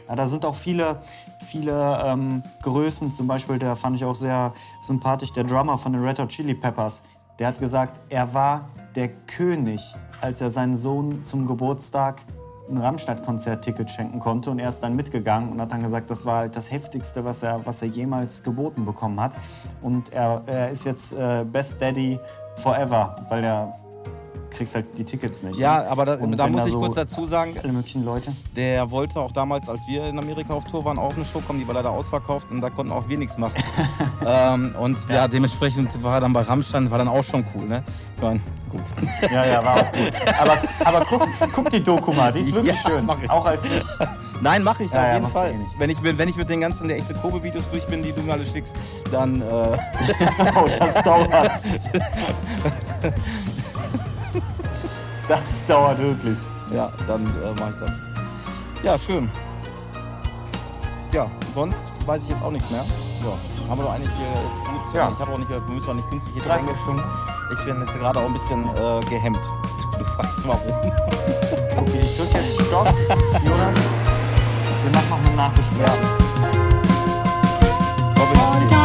Speaker 5: Ja, da sind auch viele, viele ähm, Größen. Zum Beispiel, der fand ich auch sehr sympathisch, der Drummer von den Red Hot Chili Peppers. Der hat gesagt, er war der König, als er seinen Sohn zum Geburtstag ein Rammstadt-Konzertticket schenken konnte. Und er ist dann mitgegangen und hat dann gesagt, das war halt das Heftigste, was er, was er jemals geboten bekommen hat. Und er, er ist jetzt äh, Best Daddy forever, weil er kriegst halt die Tickets nicht.
Speaker 4: Ja,
Speaker 5: ne?
Speaker 4: aber da,
Speaker 5: Und
Speaker 4: da
Speaker 5: wenn
Speaker 4: muss
Speaker 5: da
Speaker 4: ich
Speaker 5: so-
Speaker 4: kurz dazu sagen,
Speaker 5: Alle möglichen Leute.
Speaker 4: Der wollte auch damals, als wir in Amerika auf Tour waren, auch eine Show kommen, die war leider ausverkauft und da konnten auch wir nichts machen. ähm, und ja. dementsprechend war er dann bei Rammstein, war dann auch schon cool, ne? Ich meine, gut.
Speaker 5: Ja, ja, war auch gut. Aber, aber guck, guck die Doku mal, die ist wirklich
Speaker 4: Ja,
Speaker 5: schön.
Speaker 4: mach ich.
Speaker 5: Auch als ich.
Speaker 4: Nein, mache ich
Speaker 5: Ja,
Speaker 4: auf
Speaker 5: ja,
Speaker 4: jeden
Speaker 5: machst du
Speaker 4: Fall.
Speaker 5: eh nicht.
Speaker 4: wenn, ich, mit- wenn ich mit den ganzen der echte Kobe-Videos durch bin, die du mir alle schickst, dann. Äh,
Speaker 5: Oh, das dauert. Das dauert wirklich.
Speaker 4: Ja, dann äh, mache ich das. Ja, schön. Ja, sonst weiß ich jetzt auch nichts mehr. Ja, haben wir doch eigentlich hier jetzt gut.
Speaker 5: Ja.
Speaker 4: Ich habe auch nicht, wir müssen auch nicht künstlich hier
Speaker 5: Drei
Speaker 4: reingeschoben. Ich bin jetzt gerade auch ein bisschen äh, gehemmt. Du weißt warum.
Speaker 5: Okay, ich drück jetzt Stopp. Jonas, wir machen noch ein Nachgespräch.
Speaker 4: Robin, erzähl.